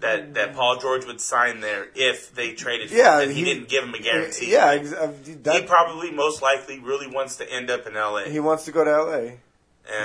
Speaker 1: That that Paul George would sign there if they traded. for
Speaker 2: Mm. Yeah,
Speaker 1: him, and he,
Speaker 2: he-
Speaker 1: didn't give him a guarantee.
Speaker 2: Yeah,
Speaker 1: Like,
Speaker 2: ex- uh,
Speaker 1: he
Speaker 2: that,
Speaker 1: probably most likely really wants to end up in L.A.
Speaker 2: he wants to go to L.A.
Speaker 1: And,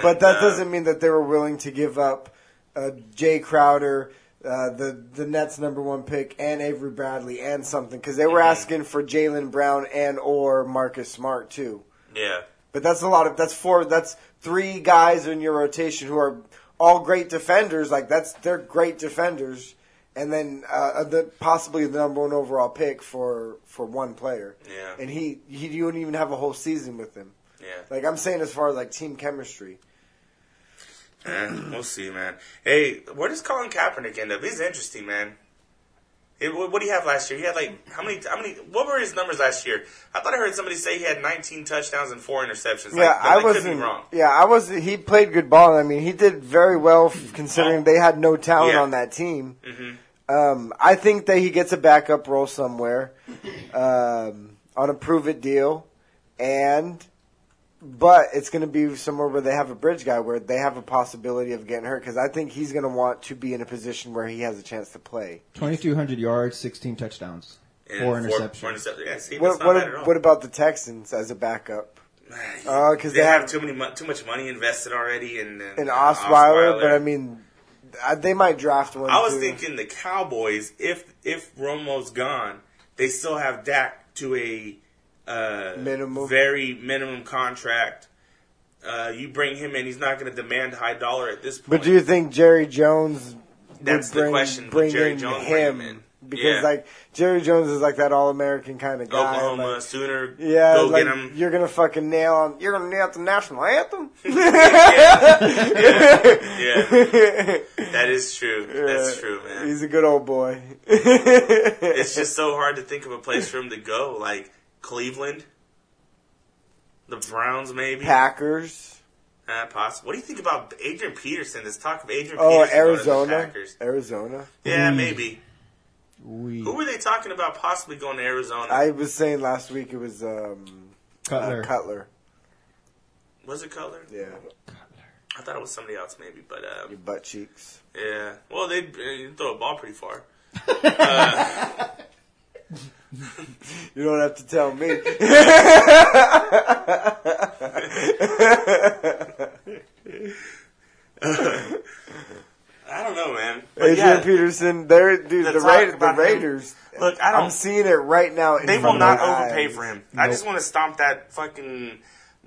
Speaker 2: But that
Speaker 1: uh,
Speaker 2: doesn't mean that they were willing to give up uh, Jay Crowder, uh, the the Nets' number one pick, and Avery Bradley, and something because they were
Speaker 1: Mhm.
Speaker 2: asking for Jalen Brown and or Marcus Smart too.
Speaker 1: Yeah.
Speaker 2: But that's a lot of that's four that's three guys in your rotation who are all great defenders. Like that's they're great defenders, and then uh, the, possibly the number one overall pick for for one player,
Speaker 1: Yeah.
Speaker 2: and he he you don't even have a whole season with him.
Speaker 1: yeah.
Speaker 2: Like I'm saying, as far as like team chemistry.
Speaker 1: Eh, we'll see, man. Hey, where does Colin Kaepernick end up? He's interesting, man. Hey, what what do you have last year? He had like how many? How many? What were his numbers last year? I thought I heard somebody say he had 19 touchdowns and four interceptions. Like,
Speaker 2: Yeah,
Speaker 1: but
Speaker 2: I
Speaker 1: could be
Speaker 2: wasn't
Speaker 1: wrong.
Speaker 2: Yeah, I was. He played good ball. I mean, he did very well f- considering they had no talent
Speaker 1: Yeah.
Speaker 2: on that team.
Speaker 1: Mhm.
Speaker 2: Um, I think that he gets a backup role somewhere um, on a prove it deal, and but it's going to be somewhere where they have a bridge guy where they have a possibility of getting hurt because I think he's going to want to be in a position where he has a chance to play.
Speaker 3: 2,200 yards, 16 touchdowns,
Speaker 1: And
Speaker 3: four
Speaker 1: Four
Speaker 3: interceptions.
Speaker 1: interceptions. Yeah, see, that's
Speaker 2: What
Speaker 1: not bad at all.
Speaker 2: what, what about the Texans as a backup? Oh, 'cause
Speaker 1: they,
Speaker 2: they
Speaker 1: have
Speaker 2: have-
Speaker 1: too many mo- too much money invested already, and and,
Speaker 2: And
Speaker 1: uh,
Speaker 2: Osweiler,
Speaker 1: Osweiler.
Speaker 2: but I mean, I, they might draft one.
Speaker 1: I was
Speaker 2: too.
Speaker 1: thinking the Cowboys, if if Romo's gone, they still have Dak to a uh,
Speaker 2: Minimum.
Speaker 1: very minimum contract. Uh, you bring him in, he's not going to demand high dollar at this point.
Speaker 2: But do you think Jerry Jones?
Speaker 1: That's
Speaker 2: would bring,
Speaker 1: the question. Would
Speaker 2: Bring
Speaker 1: Jerry
Speaker 2: in
Speaker 1: Jones
Speaker 2: him.
Speaker 1: bring him in?
Speaker 2: because
Speaker 1: Yeah.
Speaker 2: like Jerry Jones is like that all American kind of guy.
Speaker 1: Oklahoma
Speaker 2: like-
Speaker 1: uh, sooner.
Speaker 2: yeah,
Speaker 1: go
Speaker 2: like,
Speaker 1: get him.
Speaker 2: You're gonna fucking nail on. You're gonna nail the national anthem.
Speaker 1: Yeah, that is true. That's true, man.
Speaker 2: He's a good old boy.
Speaker 1: It's just so hard to think of a place for him to go, like Cleveland, the Browns, maybe.
Speaker 2: Packers.
Speaker 1: Uh, possible. What do you think about Adrian Peterson? This talk of Adrian
Speaker 2: Oh,
Speaker 1: Peterson going to the
Speaker 2: Arizona.
Speaker 1: Packers.
Speaker 2: Arizona.
Speaker 1: Yeah,
Speaker 3: Mm.
Speaker 1: maybe.
Speaker 3: We
Speaker 1: Who were they talking about possibly going to Arizona?
Speaker 2: I was saying last week it was um,
Speaker 3: Cutler.
Speaker 2: Uh, Cutler.
Speaker 1: was it Cutler?
Speaker 2: Yeah,
Speaker 1: I thought it was somebody else, maybe. But uh,
Speaker 2: your butt cheeks.
Speaker 1: yeah, well, they uh, throw a ball pretty far.
Speaker 2: You don't have to tell me.
Speaker 1: I don't know, man. But
Speaker 2: Adrian
Speaker 1: yeah,
Speaker 2: Peterson, they're dude.
Speaker 1: The
Speaker 2: The,
Speaker 1: talk
Speaker 2: Ra- the
Speaker 1: about him-
Speaker 2: Raiders.
Speaker 1: look, I don't.
Speaker 2: I'm seeing it right now. In
Speaker 1: they
Speaker 2: front
Speaker 1: will not
Speaker 2: of my
Speaker 1: overpay
Speaker 2: eyes.
Speaker 1: for him. I just want to stomp that fucking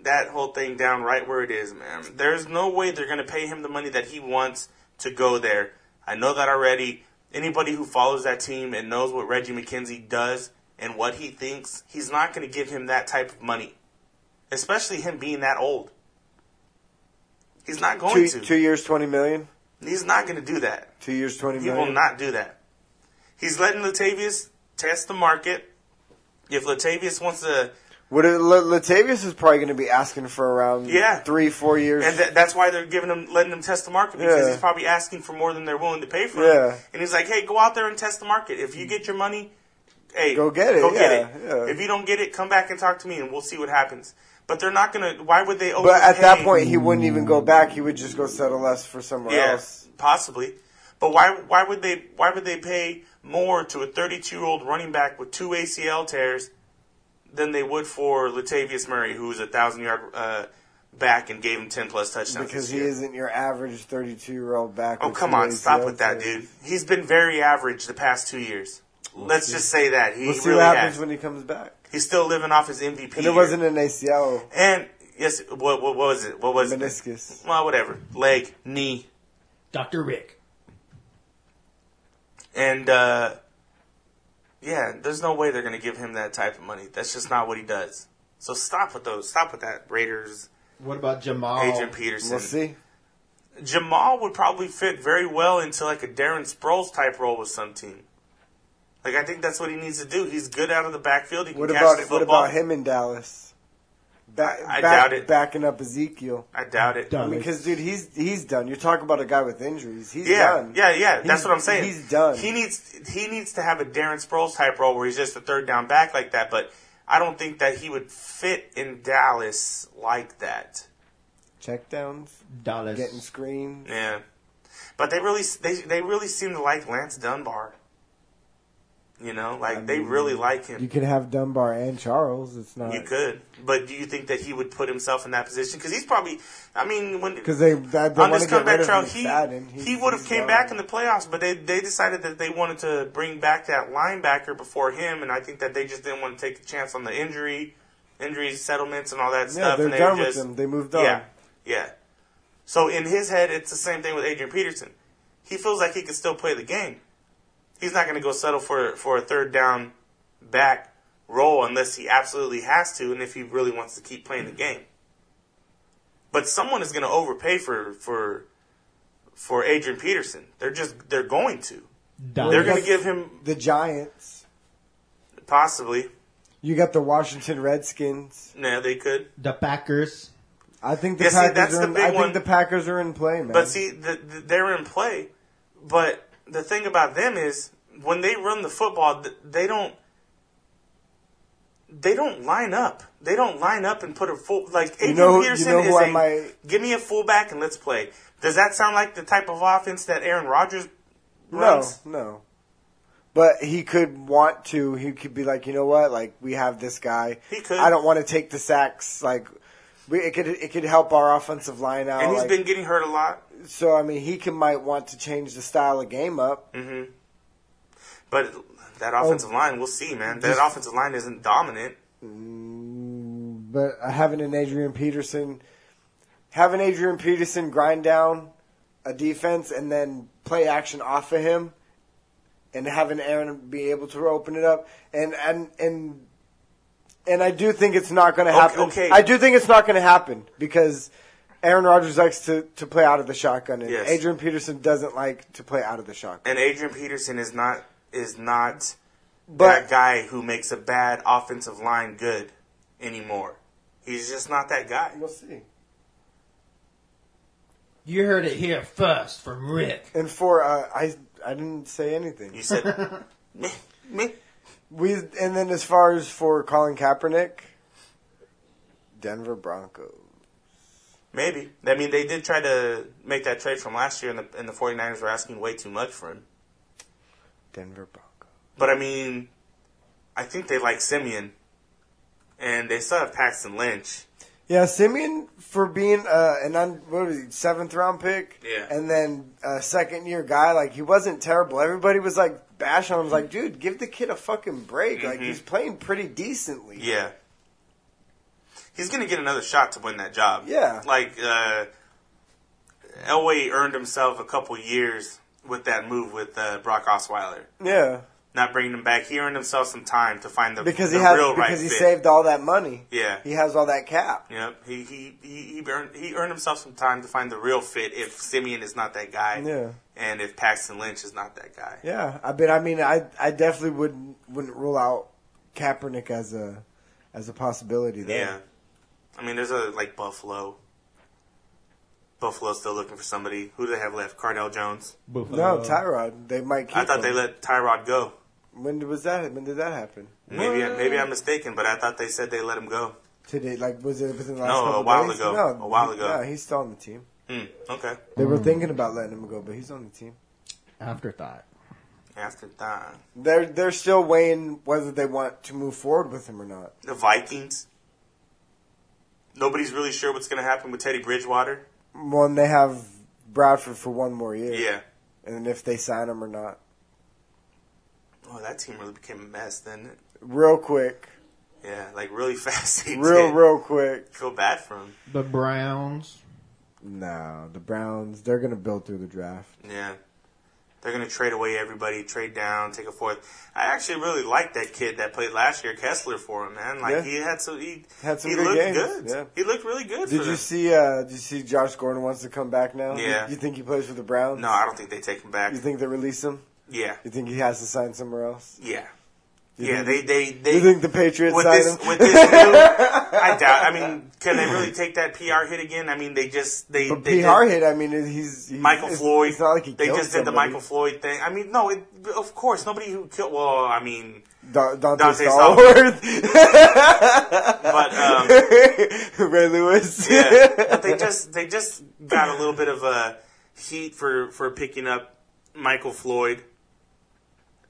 Speaker 1: that whole thing down right where it is, man. There's no way they're gonna pay him the money that he wants to go there. I know that already. Anybody who follows that team and knows what Reggie McKenzie does and what he thinks, he's not gonna give him that type of money, especially him being that old. He's not going
Speaker 2: Two,
Speaker 1: to.
Speaker 2: two years, twenty million.
Speaker 1: He's not gonna do that.
Speaker 2: Two years, twenty
Speaker 1: He
Speaker 2: million.
Speaker 1: will not do that. He's letting Latavius test the market. If Latavius wants to,
Speaker 2: What if, La- Latavius is probably going to be asking for around
Speaker 1: Yeah.
Speaker 2: three, four years.
Speaker 1: and th- that's why they're giving him, letting him test the market because
Speaker 2: Yeah.
Speaker 1: he's probably asking for more than they're willing to pay for him.
Speaker 2: Yeah.
Speaker 1: And he's like, hey, go out there and test the market. If you get your money, hey,
Speaker 2: Go get it,
Speaker 1: Go get
Speaker 2: yeah,
Speaker 1: it.
Speaker 2: yeah.
Speaker 1: If you don't get it, come back and talk to me, and we'll see what happens. But they're not gonna. Why would they?
Speaker 2: but at that
Speaker 1: overpay?
Speaker 2: point, he wouldn't even go back. He would just go settle less for somewhere
Speaker 1: Yeah,
Speaker 2: else.
Speaker 1: possibly. But why why would they why would they pay more to a 32 year old running back with two ACL tears than they would for Latavius Murray, who was a thousand yard uh, back and gave him 10 plus touchdowns?
Speaker 2: Because
Speaker 1: this
Speaker 2: he
Speaker 1: year?
Speaker 2: isn't your average 32 year old back.
Speaker 1: Oh
Speaker 2: with
Speaker 1: come
Speaker 2: two
Speaker 1: on, stop
Speaker 2: ACL
Speaker 1: with that,
Speaker 2: tears.
Speaker 1: dude. He's been very average the past two years. Let's just say that he
Speaker 2: We'll see
Speaker 1: really
Speaker 2: what happens
Speaker 1: has.
Speaker 2: when he comes back.
Speaker 1: He's still living off his MVP.
Speaker 2: And
Speaker 1: year.
Speaker 2: it wasn't an ACL
Speaker 1: And yes, what, what was it? What was it?
Speaker 2: meniscus.
Speaker 1: Well, whatever. Leg, knee,
Speaker 3: Dr. Rick.
Speaker 1: And uh, yeah, there's no way they're going to give him that type of money. That's just not what he does. So stop with those. Stop with that. Raiders,
Speaker 3: What about Jamal?
Speaker 1: Agent Peterson.
Speaker 2: Oh, We'll see.
Speaker 1: Jamal would probably fit very well into like a Darren Sproles type role with some team. Like I think that's what he needs to do. He's good out of the backfield. He can
Speaker 2: What
Speaker 1: catch
Speaker 2: about
Speaker 1: the
Speaker 2: what
Speaker 1: football.
Speaker 2: about him in Dallas? Back,
Speaker 1: I- I
Speaker 2: back-
Speaker 1: doubt it.
Speaker 2: Backing up Ezekiel.
Speaker 1: I doubt it.
Speaker 3: Done.
Speaker 2: Because, dude, he's he's done. You're talking about a guy with injuries. He's
Speaker 1: yeah,
Speaker 2: done.
Speaker 1: yeah, yeah. That's
Speaker 2: He's-
Speaker 1: what I'm saying.
Speaker 2: he's done.
Speaker 1: He needs he needs to have a Darren Sproles type role where he's just a third down back like that. But I don't think that he would fit in Dallas like that.
Speaker 2: Checkdowns,
Speaker 3: Dallas.
Speaker 2: getting screened.
Speaker 1: Yeah, but they really they they really seem to like Lance Dunbar. You know, like they really like him.
Speaker 2: You can have Dunbar and Charles. It's not
Speaker 1: You could, but do you think that he would put himself in that position? Because he's probably, I mean, when
Speaker 2: because they, they, they
Speaker 1: on
Speaker 2: want
Speaker 1: this
Speaker 2: to get rid
Speaker 1: comeback
Speaker 2: of
Speaker 1: trial,
Speaker 2: him.
Speaker 1: he
Speaker 2: Sadden. He's-
Speaker 1: he would have
Speaker 2: he's
Speaker 1: came
Speaker 2: gone.
Speaker 1: back in the playoffs, but they they decided that they wanted to bring back that linebacker before him, and I think that they just didn't want to take the chance on the injury, injury settlements, and all that
Speaker 2: Yeah,
Speaker 1: stuff.
Speaker 2: they're
Speaker 1: and they
Speaker 2: done
Speaker 1: were
Speaker 2: with
Speaker 1: just,
Speaker 2: him. They moved on.
Speaker 1: yeah, yeah. So in his head, it's the same thing with Adrian Peterson. He feels like he can still play the game. He's not going to go settle for for a third down back role unless he absolutely has to, and if he really wants to keep playing the game. But someone is going to overpay for for for Adrian Peterson. They're just they're going to.
Speaker 3: Dallas.
Speaker 1: They're going to
Speaker 2: That's-
Speaker 1: give him
Speaker 2: The Giants.
Speaker 1: possibly.
Speaker 2: You got the Washington Redskins.
Speaker 1: Yeah, they could.
Speaker 3: the Packers.
Speaker 2: I think the
Speaker 1: Yeah, see,
Speaker 2: Packers
Speaker 1: that's
Speaker 2: are
Speaker 1: the
Speaker 2: in,
Speaker 1: big
Speaker 2: I think
Speaker 1: one.
Speaker 2: the Packers are in play, man.
Speaker 1: But see, the, the, they're in play. But the thing about them is when they run the football, th- they don't they don't line up. They don't line up and put a full like Adrian
Speaker 2: know- you
Speaker 1: Peterson
Speaker 2: know who
Speaker 1: is
Speaker 2: I
Speaker 1: a
Speaker 2: might-
Speaker 1: give me a fullback and let's play. Does that sound like the type of offense that Aaron Rodgers
Speaker 2: no,
Speaker 1: runs?
Speaker 2: no. But he could want to. He could be like, you know what? Like we have this guy.
Speaker 1: He could.
Speaker 2: I don't want to take the sacks. Like we, it could it could help our offensive line out.
Speaker 1: And he's
Speaker 2: like-
Speaker 1: been getting hurt a lot.
Speaker 2: so I mean, he can might want to change the style of game up.
Speaker 1: Mm-hmm. But that
Speaker 2: Oh.
Speaker 1: offensive line, we'll see, man. That offensive line isn't dominant.
Speaker 2: But having an Adrian Peterson, having Adrian Peterson grind down a defense and then play action off of him and having Aaron be able to open it up, and and and and I do think it's not going to
Speaker 1: Okay,
Speaker 2: happen.
Speaker 1: okay.
Speaker 2: I do think it's not going to happen because Aaron Rodgers likes to, to play out of the shotgun, and
Speaker 1: Yes.
Speaker 2: Adrian Peterson doesn't like to play out of the shotgun.
Speaker 1: And Adrian Peterson is not is not
Speaker 2: But
Speaker 1: that guy who makes a bad offensive line good anymore. He's just not that guy.
Speaker 2: we'll see.
Speaker 3: You heard it here first from Rick.
Speaker 2: And for uh, I I didn't say anything.
Speaker 1: You said me, me.
Speaker 2: We and then as far as for Colin Kaepernick, Denver Broncos.
Speaker 1: Maybe. I mean, they did try to make that trade from last year, and the, and the 49ers were asking way too much for him.
Speaker 2: Denver Broncos.
Speaker 1: But I mean, I think they like Simeon, and they still have Paxton Lynch.
Speaker 2: Yeah, Simeon for being uh, an un, what was he, seventh round pick,
Speaker 1: Yeah.
Speaker 2: and then a second year guy. Like he wasn't terrible. Everybody was like bashing him. Was like, dude, give the kid a fucking break. Like
Speaker 1: Mhm.
Speaker 2: he's playing pretty decently.
Speaker 1: Yeah. He's going to get another shot to win that job.
Speaker 2: Yeah.
Speaker 1: Like, uh, Elway earned himself a couple years with that move with uh, Brock Osweiler.
Speaker 2: Yeah,
Speaker 1: Not bringing him back. He earned himself some time to find the,
Speaker 2: because
Speaker 1: the
Speaker 2: he has
Speaker 1: real right
Speaker 2: because he
Speaker 1: fit.
Speaker 2: saved all that money.
Speaker 1: Yeah.
Speaker 2: He has all that cap.
Speaker 1: Yep, he he, he he earned he earned himself some time to find the real fit. If Simeon is not that guy,
Speaker 2: Yeah.
Speaker 1: and if Paxton Lynch is not that guy,
Speaker 2: Yeah, I but I mean, I I definitely wouldn't wouldn't rule out Kaepernick as a as a possibility
Speaker 1: yeah.
Speaker 2: there.
Speaker 1: I mean, there's a like Buffalo. Buffalo's still looking for somebody. Who do they have left? Cardell Jones.
Speaker 2: No, Tyrod. They might keep.
Speaker 1: Uh, I thought they
Speaker 2: him.
Speaker 1: let Tyrod go.
Speaker 2: When was that? When did that happen?
Speaker 1: Maybe maybe I'm mistaken, but I thought they said they let him go.
Speaker 2: Today, like was it within the last
Speaker 1: No, a
Speaker 2: couple
Speaker 1: while
Speaker 2: days?
Speaker 1: ago.
Speaker 2: No,
Speaker 1: A while
Speaker 2: he-
Speaker 1: ago.
Speaker 2: No, he's still on the team.
Speaker 1: Hmm. Okay.
Speaker 2: They were thinking about letting him go, but he's on the team.
Speaker 3: Afterthought.
Speaker 1: After that,
Speaker 2: They're they're still weighing whether they want to move forward with him or not.
Speaker 1: the Vikings. Nobody's really sure what's going to happen with Teddy Bridgewater.
Speaker 2: Well, and they have Bradford for one more year,
Speaker 1: Yeah.
Speaker 2: and if they sign him or not.
Speaker 1: Oh, that team really became a mess, didn't it?
Speaker 2: Real quick,
Speaker 1: Yeah, like really fast. They
Speaker 2: real
Speaker 1: did.
Speaker 2: real quick.
Speaker 1: Feel bad for him.
Speaker 3: The Browns.
Speaker 2: No, the Browns they're gonna build through the draft.
Speaker 1: Yeah, they're gonna trade away everybody, trade down, take a fourth. I actually really like that kid that played last year, Kessler, for him, man. Like
Speaker 2: Yeah.
Speaker 1: he had some, he
Speaker 2: Had some
Speaker 1: he
Speaker 2: good
Speaker 1: looked
Speaker 2: games,
Speaker 1: good.
Speaker 2: yeah.
Speaker 1: He looked really good.
Speaker 2: Did
Speaker 1: for
Speaker 2: you
Speaker 1: them.
Speaker 2: see? uh Did you see? Josh Gordon wants to come back now.
Speaker 1: Yeah.
Speaker 2: You, you think he plays for the Browns?
Speaker 1: No, I don't think they take him back.
Speaker 2: You think they release him?
Speaker 1: yeah,
Speaker 2: You think he has to sign somewhere else?
Speaker 1: yeah,
Speaker 2: You
Speaker 1: yeah.
Speaker 2: think-
Speaker 1: They they they.
Speaker 2: You think the Patriots
Speaker 1: with
Speaker 2: sign
Speaker 1: this,
Speaker 2: him?
Speaker 1: with this new, I doubt. I mean, can they really take that PR hit again? I mean, they just they
Speaker 2: But
Speaker 1: they
Speaker 2: PR
Speaker 1: did-
Speaker 2: hit. I mean, he's, he's
Speaker 1: Michael
Speaker 2: it's,
Speaker 1: Floyd.
Speaker 2: It's not like he
Speaker 1: they
Speaker 2: killed
Speaker 1: just did the
Speaker 2: somebody.
Speaker 1: Michael Floyd thing. I mean, no, it, of course nobody who killed. Well, I mean,
Speaker 2: Da- Dante,
Speaker 1: Dante
Speaker 2: Stallworth,
Speaker 1: but um,
Speaker 2: Ray Lewis.
Speaker 1: yeah, but they just they just got a little bit of uh, heat for for picking up Michael Floyd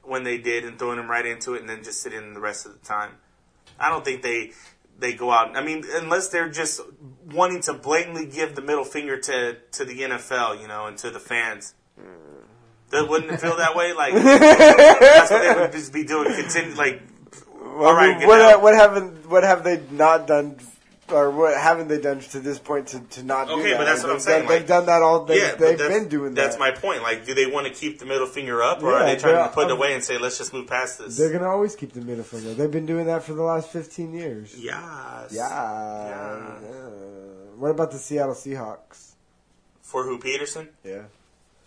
Speaker 1: when they did and throwing him right into it and then just sitting the rest of the time. I don't think they they go out. I mean, unless they're just wanting to blatantly give the middle finger to to the NFL, you know, and to the fans. That wouldn't it feel that way. Like that's what they would just be doing. Continue like. All
Speaker 2: I
Speaker 1: right,
Speaker 2: mean,
Speaker 1: good
Speaker 2: what,
Speaker 1: now.
Speaker 2: ha- what haven't what have they not done, or what haven't they done to this point to, to not do
Speaker 1: Okay,
Speaker 2: that?
Speaker 1: but that's
Speaker 2: Like,
Speaker 1: what I'm
Speaker 2: they've
Speaker 1: saying,
Speaker 2: done-
Speaker 1: like-
Speaker 2: they've done that all. They,
Speaker 1: yeah, but
Speaker 2: they've
Speaker 1: that's-
Speaker 2: been doing
Speaker 1: That's
Speaker 2: that.
Speaker 1: my point. Like, do they want to keep the middle finger up, or are
Speaker 2: Yeah,
Speaker 1: they trying
Speaker 2: they're-
Speaker 1: to put it
Speaker 2: I'm-
Speaker 1: away and say, "Let's just move past this"?
Speaker 2: They're gonna always keep the middle finger. They've been doing that for the last fifteen years.
Speaker 1: Yes.
Speaker 2: Yeah. yeah. What about the Seattle Seahawks?
Speaker 1: For who? Peterson?
Speaker 2: Yeah,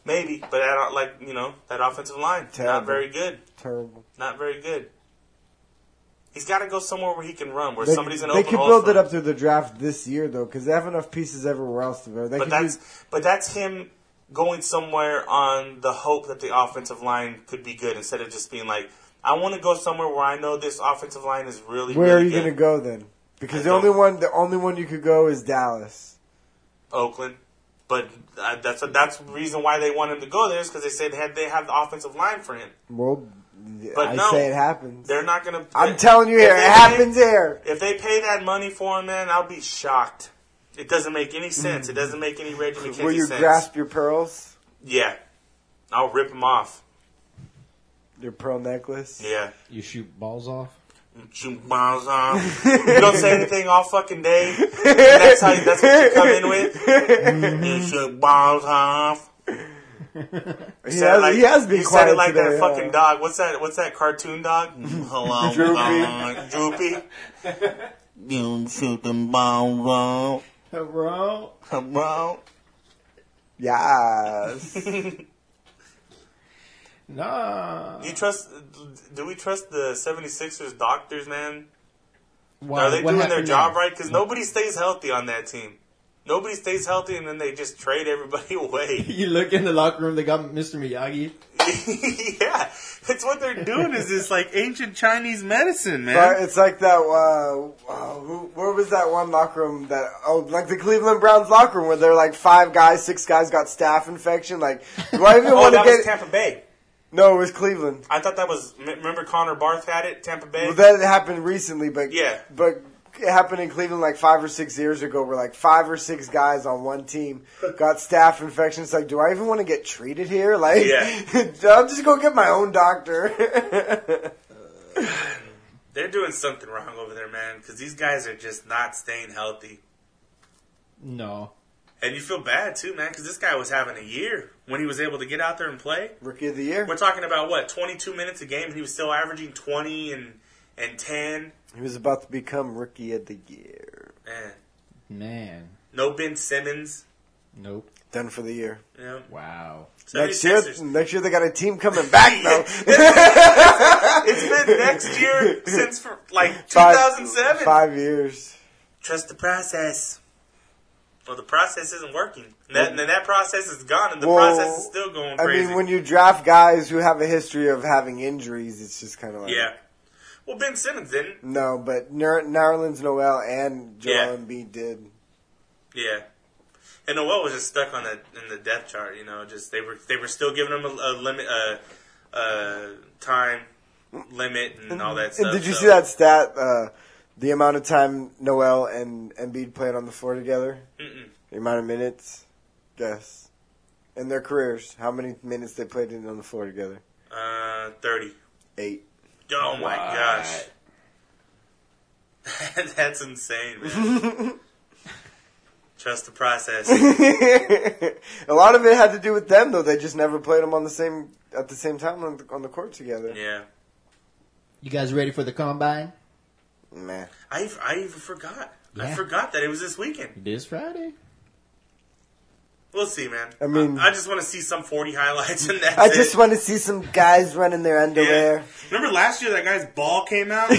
Speaker 1: Maybe, but I don't like you know that offensive line.
Speaker 2: Terrible.
Speaker 1: Not very good.
Speaker 2: terrible.
Speaker 1: Not very good. He's got to go somewhere where he can run, where
Speaker 2: They,
Speaker 1: somebody's going to
Speaker 2: they
Speaker 1: open
Speaker 2: could
Speaker 1: hole
Speaker 2: build
Speaker 1: for
Speaker 2: it
Speaker 1: him.
Speaker 2: up through the draft this year though, because they have enough pieces everywhere else to build. They
Speaker 1: But
Speaker 2: could
Speaker 1: that's
Speaker 2: use-
Speaker 1: but that's him going somewhere on the hope that the offensive line could be good instead of just being like, I want to go somewhere where I know this offensive line is really.
Speaker 2: where are
Speaker 1: really
Speaker 2: you gonna
Speaker 1: good.
Speaker 2: go then? Because
Speaker 1: I
Speaker 2: the only
Speaker 1: don't-
Speaker 2: one, the only one you could go is Dallas.
Speaker 1: Oakland. But uh, that's a, that's the reason why they want him to go there is because they said they had, they have the offensive line for him.
Speaker 2: Well,
Speaker 1: But
Speaker 2: I
Speaker 1: no.
Speaker 2: say it happens.
Speaker 1: They're not going to.
Speaker 2: I'm telling you here, it happens here.
Speaker 1: If they pay that money for him, man, I'll be shocked. It doesn't make any sense. It doesn't make any Reggie McKenzie
Speaker 2: Will you
Speaker 1: sense.
Speaker 2: grasp your pearls?
Speaker 1: yeah, I'll rip him off.
Speaker 2: Your pearl necklace?
Speaker 1: Yeah,
Speaker 3: You shoot balls off.
Speaker 1: shoot miles on. you don't say anything all fucking day. That's how. That's what you come in with. You shoot balls off. He,
Speaker 2: has- he has been
Speaker 1: you said
Speaker 2: quiet
Speaker 1: it like
Speaker 2: today, uh,
Speaker 1: that
Speaker 2: yeah.
Speaker 1: fucking dog. What's that? What's that cartoon dog? Hello,
Speaker 2: Droopy.
Speaker 1: droopy. uh, You shoot them balls
Speaker 3: Bro.
Speaker 1: out, bro.
Speaker 2: Yes.
Speaker 3: Nah.
Speaker 1: You trust? Do we trust the 76ers doctors, man?
Speaker 3: Why,
Speaker 1: Are they
Speaker 3: what
Speaker 1: doing their
Speaker 3: happened
Speaker 1: job
Speaker 3: there?
Speaker 1: right? Because nobody stays healthy on that team. Nobody stays healthy, and then they just trade everybody away.
Speaker 3: You look in the locker room, they got Mr. Miyagi.
Speaker 1: yeah, it's what they're doing. Is this like ancient Chinese medicine, man?
Speaker 2: But it's like that. Uh, uh, who, where was that one locker room? That oh, like the Cleveland Browns locker room where they're like five guys, six guys got staph infection. Like, do I even
Speaker 1: Oh,
Speaker 2: want to
Speaker 1: that was
Speaker 2: get?
Speaker 1: Tampa Bay.
Speaker 2: no, it was Cleveland.
Speaker 1: I thought that was. m- Remember Connor Barth had it, Tampa Bay.
Speaker 2: Well, that happened recently, but
Speaker 1: Yeah.
Speaker 2: but it happened in Cleveland like five or six years ago, where like five or six guys on one team got staph infections. Like, do I even want to get treated here? Like,
Speaker 1: Yeah.
Speaker 2: I'll just go get my own doctor.
Speaker 1: They're doing something wrong over there, man. Because these guys are just not staying healthy,
Speaker 3: No.
Speaker 1: and you feel bad too, man. Because this guy was having a year when he was able to get out there and play.
Speaker 2: Rookie of the year.
Speaker 1: We're talking about what 22 minutes a game, and he was still averaging 20 and and 10.
Speaker 2: He was about to become rookie of the year.
Speaker 1: Man,
Speaker 3: Man.
Speaker 1: Eh, no Ben Simmons.
Speaker 3: Nope.
Speaker 2: Done for the year.
Speaker 1: You know,
Speaker 3: Wow.
Speaker 2: Next
Speaker 1: 76ers.
Speaker 2: year, next year they got a team coming back though.
Speaker 1: It's been next year since for, like
Speaker 2: Five-
Speaker 1: 2007.
Speaker 2: Five years.
Speaker 1: Trust the process. Well, the process isn't working. And that, and that process is gone, and the
Speaker 2: Well,
Speaker 1: process is still going
Speaker 2: I
Speaker 1: crazy.
Speaker 2: mean, when you draft guys who have a history of having injuries, it's just kind of like
Speaker 1: yeah. Well, Ben Simmons didn't.
Speaker 2: No, but Ner- Nerlens Noel and Joel
Speaker 1: Yeah.
Speaker 2: Embiid did.
Speaker 1: Yeah. And Noel was just stuck on the in the death chart. You know, just they were they were still giving him a, a limit, uh, uh, time limit, and all that
Speaker 2: Mm-hmm. And
Speaker 1: stuff.
Speaker 2: did you
Speaker 1: so-
Speaker 2: see that stat? Uh, the amount of time Noel and Embiid played on the floor together,
Speaker 1: Mm-mm.
Speaker 2: the amount of minutes, guess, in their careers, how many minutes they played in on the floor together?
Speaker 1: Uh, thirty.
Speaker 2: Eight.
Speaker 1: Oh my gosh. That's insane,
Speaker 2: Mm-hmm.
Speaker 1: man. Trust the process.
Speaker 2: a lot of it had to do with them, though. They just never played them on the same at the same time on the, on the court together.
Speaker 1: Yeah.
Speaker 3: You guys ready for the combine?
Speaker 2: Man,
Speaker 1: I, I even forgot. I
Speaker 3: Yeah.
Speaker 1: forgot that it was this weekend.
Speaker 3: It is Friday.
Speaker 1: We'll see, man.
Speaker 2: I mean-
Speaker 1: I, I just want to see some 40 highlights and that's
Speaker 2: I just
Speaker 1: it.
Speaker 2: want to see some guys running their underwear.
Speaker 1: Yeah. Remember last year that guy's ball came out?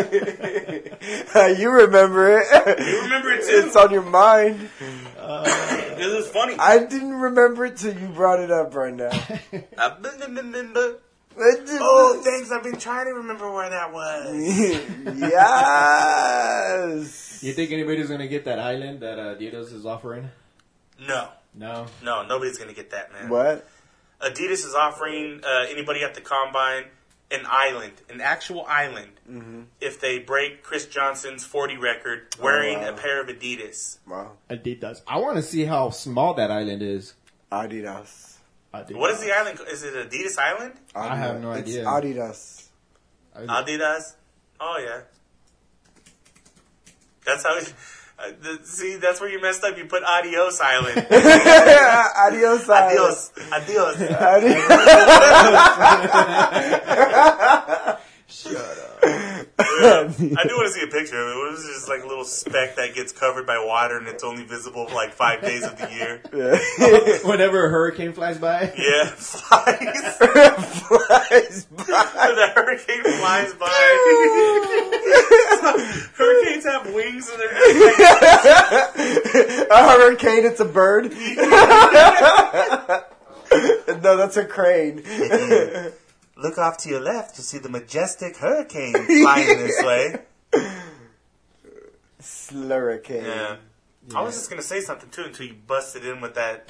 Speaker 2: you remember it.
Speaker 1: you remember it too.
Speaker 2: it's on your mind.
Speaker 1: This is funny.
Speaker 2: I didn't remember it till you brought it up right now.
Speaker 1: I've been in- in- in the-
Speaker 2: I didn't-
Speaker 1: Oh, thanks. I've been trying to remember where that was.
Speaker 2: yes.
Speaker 3: You think anybody's going to get that island that uh, Adidas is offering?
Speaker 1: No.
Speaker 3: No.
Speaker 1: No, nobody's going to get that, man.
Speaker 2: What?
Speaker 1: Adidas is offering uh, anybody at the combine an island, an actual island,
Speaker 2: Mm-hmm.
Speaker 1: if they break Chris Johnson's 40 record wearing
Speaker 2: Oh, wow.
Speaker 1: a pair of Adidas.
Speaker 2: Wow.
Speaker 3: Adidas. I want to see how small that island is.
Speaker 2: Adidas.
Speaker 3: Adidas.
Speaker 1: What is the island? co- Is it Adidas Island?
Speaker 2: Adidas.
Speaker 3: I have no
Speaker 2: it's
Speaker 3: idea.
Speaker 2: Adidas.
Speaker 3: I-
Speaker 1: Adidas. Oh yeah. That's how. Uh, th- see, that's where you messed up. You put Adios Island.
Speaker 2: Adios. Adidas.
Speaker 1: adios. Adios.
Speaker 2: Adios.
Speaker 1: I do want to see a picture of it. It was just like a little speck that gets covered by water and it's only visible like five days of the year.
Speaker 3: Whenever a hurricane flies by.
Speaker 1: Yeah, flies.
Speaker 2: Flies by.
Speaker 1: the hurricane flies by. Hurricanes have wings and they're just like,
Speaker 2: a hurricane, it's a bird. no, that's a crane.
Speaker 1: look off to your left, you'll see the majestic hurricane flying this way.
Speaker 2: Slurricane.
Speaker 1: Yeah. I was just gonna say something too until you busted in with that.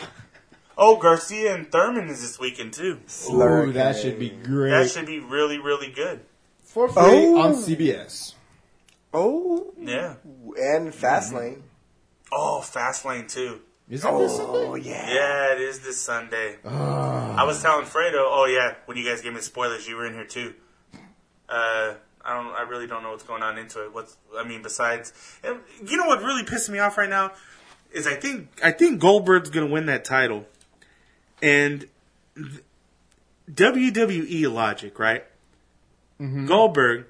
Speaker 1: Oh, Garcia and Thurman is this weekend too.
Speaker 2: Slurricane.
Speaker 3: Ooh, that should be great.
Speaker 1: That should be really, really good.
Speaker 3: For free
Speaker 2: Oh.
Speaker 3: on CBS.
Speaker 2: Oh,
Speaker 1: Yeah. Mm-hmm.
Speaker 2: and Fastlane.
Speaker 1: Oh, Fastlane too.
Speaker 3: Is
Speaker 1: Oh,
Speaker 3: that this something?
Speaker 2: yeah.
Speaker 1: Yeah, it is this Sunday. I was telling Fredo, oh yeah, when you guys gave me spoilers, you were in here too. Uh, I don't, I really don't know what's going on into it. What's, I mean, besides, and you know what really pissed me off right now is I think I think Goldberg's going to win that title, and th- WWE logic, right? Goldberg,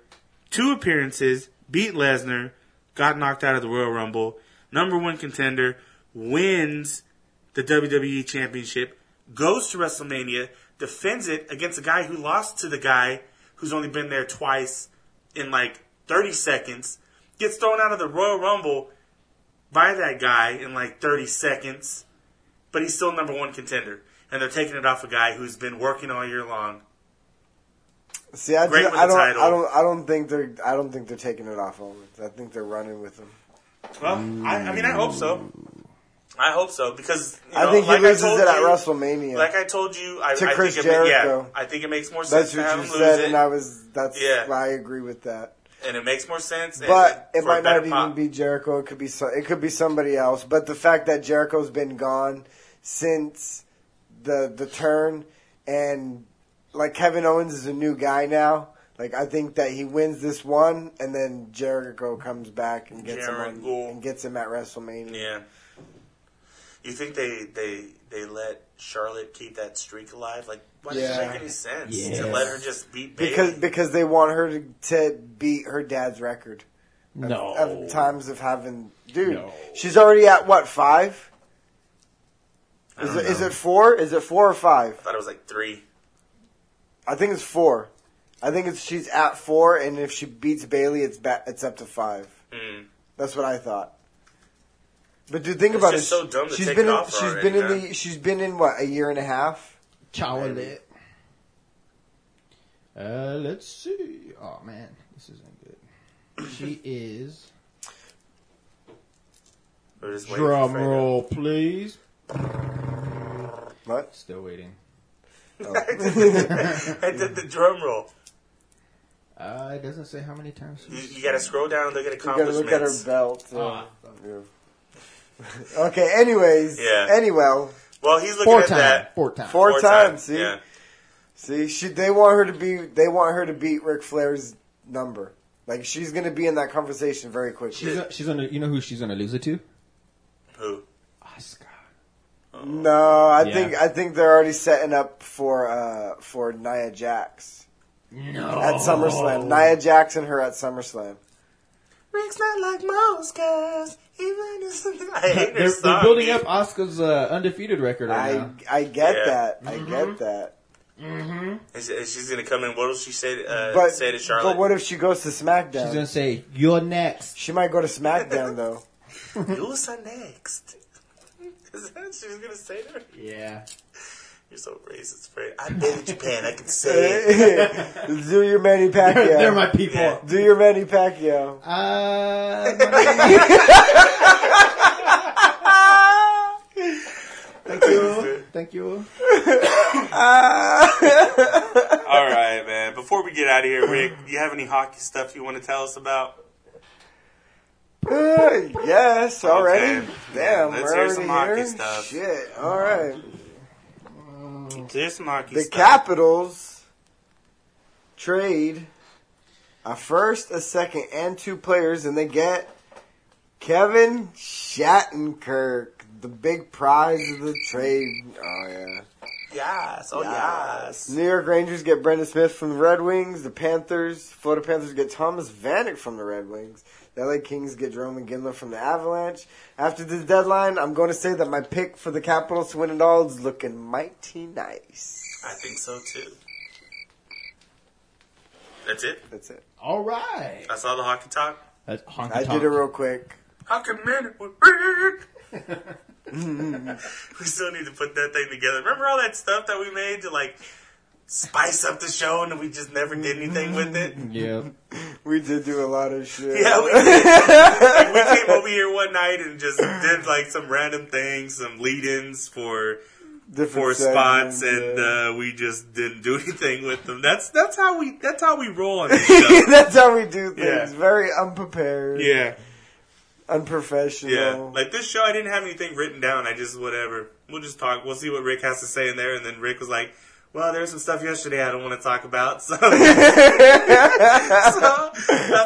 Speaker 1: two appearances, beat Lesnar, got knocked out of the Royal Rumble, number one contender, wins the WWE Championship, goes to WrestleMania, defends it against a guy who lost to the guy who's only been there twice in like 30 seconds, gets thrown out of the Royal Rumble by that guy in like 30 seconds, but he's still number one contender. And they're taking it off a guy who's been working all year long.
Speaker 2: See, I,
Speaker 1: Great
Speaker 2: do,
Speaker 1: with
Speaker 2: I
Speaker 1: the
Speaker 2: don't,
Speaker 1: title.
Speaker 2: I don't, I don't think they're, I don't think they're taking it off Owens. I think they're running with him.
Speaker 1: Well, I, I mean, I hope so. I hope so because you know,
Speaker 2: I think he
Speaker 1: like
Speaker 2: loses
Speaker 1: told
Speaker 2: it at
Speaker 1: you-
Speaker 2: WrestleMania.
Speaker 1: Like I told you, I,
Speaker 2: To
Speaker 1: I
Speaker 2: Chris
Speaker 1: think it, ma- yeah,
Speaker 2: Jericho.
Speaker 1: I think it makes more sense
Speaker 2: that's
Speaker 1: to have
Speaker 2: what you
Speaker 1: him lose
Speaker 2: said,
Speaker 1: it,
Speaker 2: and I was, that's
Speaker 1: Yeah.
Speaker 2: why I agree with that.
Speaker 1: and it makes more sense.
Speaker 2: But
Speaker 1: and
Speaker 2: it
Speaker 1: for a
Speaker 2: might not
Speaker 1: better
Speaker 2: even
Speaker 1: pop.
Speaker 2: be Jericho. It could be so, it could be somebody else. But the fact that Jericho's been gone since the the turn, and like Kevin Owens is a new guy now. Like I think that he wins this one, and then Jericho comes back and gets him on,
Speaker 1: Jericho.
Speaker 2: and gets him at WrestleMania.
Speaker 1: Yeah. You think they they they let Charlotte keep that streak alive? Like, why does
Speaker 2: Yeah.
Speaker 1: it make any sense
Speaker 3: Yes.
Speaker 1: to let her just beat Bailey?
Speaker 2: Because because they want her to, to beat her dad's record
Speaker 3: No.
Speaker 2: of times of having dude.
Speaker 3: No.
Speaker 2: She's already at what five?
Speaker 1: I
Speaker 2: Is
Speaker 1: don't
Speaker 2: it, is
Speaker 1: know.
Speaker 2: it four? Is it four or five?
Speaker 1: I thought it was like three.
Speaker 2: I think it's four. I think it's she's at four, and if she beats Bailey, it's ba- it's up to five.
Speaker 1: Mm.
Speaker 2: That's what I thought. But dude, think
Speaker 1: It's
Speaker 2: about
Speaker 1: just
Speaker 2: it.
Speaker 1: so dumb to
Speaker 2: she's
Speaker 1: take
Speaker 2: been
Speaker 1: it
Speaker 2: in,
Speaker 1: off her
Speaker 2: she's
Speaker 1: already,
Speaker 2: been in
Speaker 1: man.
Speaker 2: the she's been in what a year and a half.
Speaker 3: Chow it. Uh, let's see. Oh man, this isn't good. She is.
Speaker 1: We're just waiting for
Speaker 3: Drum
Speaker 1: Fredo.
Speaker 3: roll, please.
Speaker 2: What? Oh.
Speaker 3: Still waiting.
Speaker 1: I did the drum roll.
Speaker 3: Uh, it doesn't say how many times.
Speaker 1: You,
Speaker 3: she's-
Speaker 1: you got to scroll down and look at
Speaker 2: You gotta
Speaker 1: accomplishments.
Speaker 2: look at her belt. uh,
Speaker 3: Ah.
Speaker 2: yeah. okay. Anyways.
Speaker 1: Yeah.
Speaker 2: Anyway.
Speaker 1: well, he's looking
Speaker 3: Four
Speaker 1: at
Speaker 3: times.
Speaker 1: that
Speaker 3: Four times.
Speaker 2: Four, times. See.
Speaker 1: Yeah.
Speaker 2: See. She. They want her to be. They want her to beat Ric Flair's number. Like she's gonna be in that conversation very quickly.
Speaker 3: She's she's gonna. You know who she's gonna lose it to?
Speaker 1: Who?
Speaker 3: Oscar.
Speaker 2: No, I
Speaker 3: Yeah.
Speaker 2: think I think they're already setting up for uh, for Nia Jax
Speaker 3: No.
Speaker 1: Oh.
Speaker 2: at SummerSlam. Nia Jax and her at SummerSlam.
Speaker 1: Rick's not like most guys. Even if I
Speaker 3: They're,
Speaker 1: hate
Speaker 3: they're
Speaker 1: her song.
Speaker 3: building
Speaker 1: dude.
Speaker 3: up Oscar's uh, undefeated record right
Speaker 2: I
Speaker 3: now.
Speaker 2: I get
Speaker 1: Yeah.
Speaker 2: that. I get that.
Speaker 3: Mm-hmm.
Speaker 1: And she- and she's gonna come in. What will she say? Uh,
Speaker 2: But
Speaker 1: say to
Speaker 2: but
Speaker 1: Charlotte.
Speaker 2: what if she goes to SmackDown?
Speaker 3: She's gonna say, "You're next."
Speaker 2: She might go to SmackDown though.
Speaker 1: Who's her next? Is that what she was gonna say to her?
Speaker 3: Yeah.
Speaker 1: You're so racist, Fred. I've been to Japan. I can say it.
Speaker 2: Do your Manny Pacquiao.
Speaker 3: They're my people.
Speaker 1: Yeah.
Speaker 2: Do your Manny Pacquiao.
Speaker 3: Uh, thank you. Thank you.
Speaker 1: All right, man. Before we get out of here, Rick, you have any hockey stuff you want to tell us about?
Speaker 2: Uh, yes, already.
Speaker 1: Okay.
Speaker 2: Damn,
Speaker 1: Let's
Speaker 2: we're
Speaker 1: hear
Speaker 2: already
Speaker 1: some hockey
Speaker 2: here?
Speaker 1: stuff.
Speaker 2: Shit. All right.
Speaker 1: There's some hockey
Speaker 2: The
Speaker 1: stuff.
Speaker 2: Capitals trade a first, a second, and two players, and they get Kevin Shattenkirk, the big prize of the trade. Oh yeah.
Speaker 1: Yes. Oh yes.
Speaker 2: New York Rangers get Brendan Smith from the Red Wings. The Panthers, Florida Panthers get Thomas Vanek from the Red Wings. The LA Kings get Roman Gimler from the Avalanche. After the deadline, I'm going to say that my pick for the Capitals to win it all is looking mighty nice.
Speaker 1: I think so too. That's it.
Speaker 2: That's it.
Speaker 3: All right.
Speaker 1: That's all the hockey talk.
Speaker 3: That's honky
Speaker 2: I
Speaker 3: tonk.
Speaker 2: did it real quick.
Speaker 1: Hockey minute with Rick. we still need to put that thing together. Remember all that stuff that we made to like spice up the show, and we just never did anything with it.
Speaker 3: Yeah.
Speaker 2: We did do a lot of shit.
Speaker 1: Yeah, we, did. Like, we came over here one night and just did like some random things, some lead-ins for for
Speaker 2: Different
Speaker 1: spots,
Speaker 2: segments,
Speaker 1: and
Speaker 2: yeah.
Speaker 1: uh, we just didn't do anything with them. That's that's how we that's how we roll on this show.
Speaker 2: That's how we do things.
Speaker 1: uh, Yeah.
Speaker 2: Very unprepared.
Speaker 1: yeah,
Speaker 2: Unprofessional.
Speaker 1: yeah. Like this show, I didn't have anything written down. I just whatever. We'll just talk. We'll see what Rick has to say in there, and then Rick was like. Well, there's some stuff yesterday I don't want to talk about, so, so that's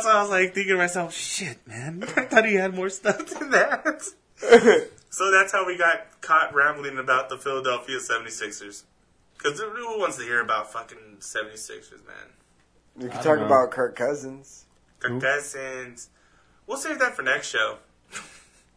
Speaker 1: why I was like thinking to myself, "Shit, man, I thought he had more stuff than that." So that's how we got caught rambling about the Philadelphia 76ers. Because who wants to hear about fucking 76ers, man?
Speaker 2: We could
Speaker 3: I
Speaker 2: talk
Speaker 3: don't know.
Speaker 2: about Kirk Cousins.
Speaker 1: Kirk Cousins. We'll save that for next show.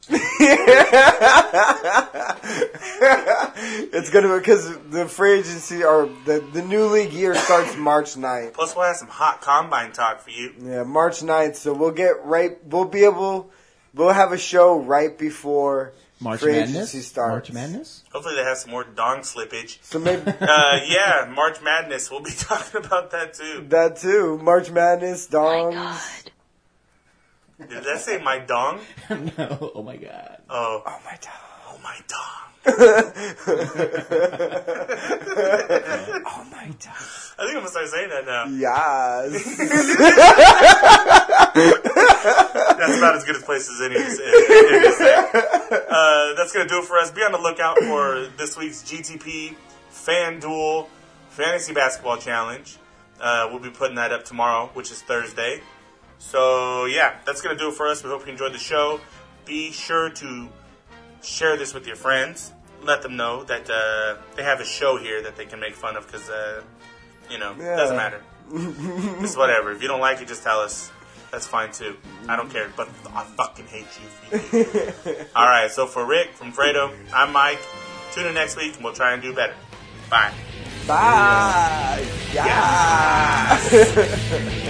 Speaker 2: it's gonna because the free agency or the, the new league year starts March 9th.
Speaker 1: Plus, we'll have some hot combine talk for you.
Speaker 2: Yeah, March 9th. So we'll get right. We'll be able. We'll have a show right before
Speaker 3: March
Speaker 2: free
Speaker 3: Madness.
Speaker 2: agency starts.
Speaker 3: March Madness.
Speaker 1: Hopefully, they have some more dong slippage.
Speaker 2: So maybe
Speaker 1: Uh, yeah, March Madness. We'll be talking about that too.
Speaker 2: that too. March Madness, dongs.
Speaker 1: Did that say my dong?
Speaker 3: no. Oh my god.
Speaker 1: Oh,
Speaker 2: Oh my god.
Speaker 1: oh my dong.
Speaker 2: Oh my god.
Speaker 1: I think I'm gonna start saying that now.
Speaker 2: Yes.
Speaker 1: That's about as good a place as any. is- is there. Uh, that's going to do it for us. Be on the lookout for this week's GTP FanDuel Fantasy Basketball Challenge. Uh, we'll be putting that up tomorrow, which is Thursday. So, yeah, that's going to do it for us. We hope you enjoyed the show. Be sure to share this with your friends. Let them know that uh, they have a show here that they can make fun of because, uh, you know,
Speaker 2: Yeah.
Speaker 1: doesn't matter. it's whatever. If you don't like it, just tell us. That's fine too. I don't care. But I fucking hate you. If you do. All right. So for Rick from Fredo, I'm Mike. Tune in next week, and we'll try and do better. Bye.
Speaker 2: Bye. Yeah.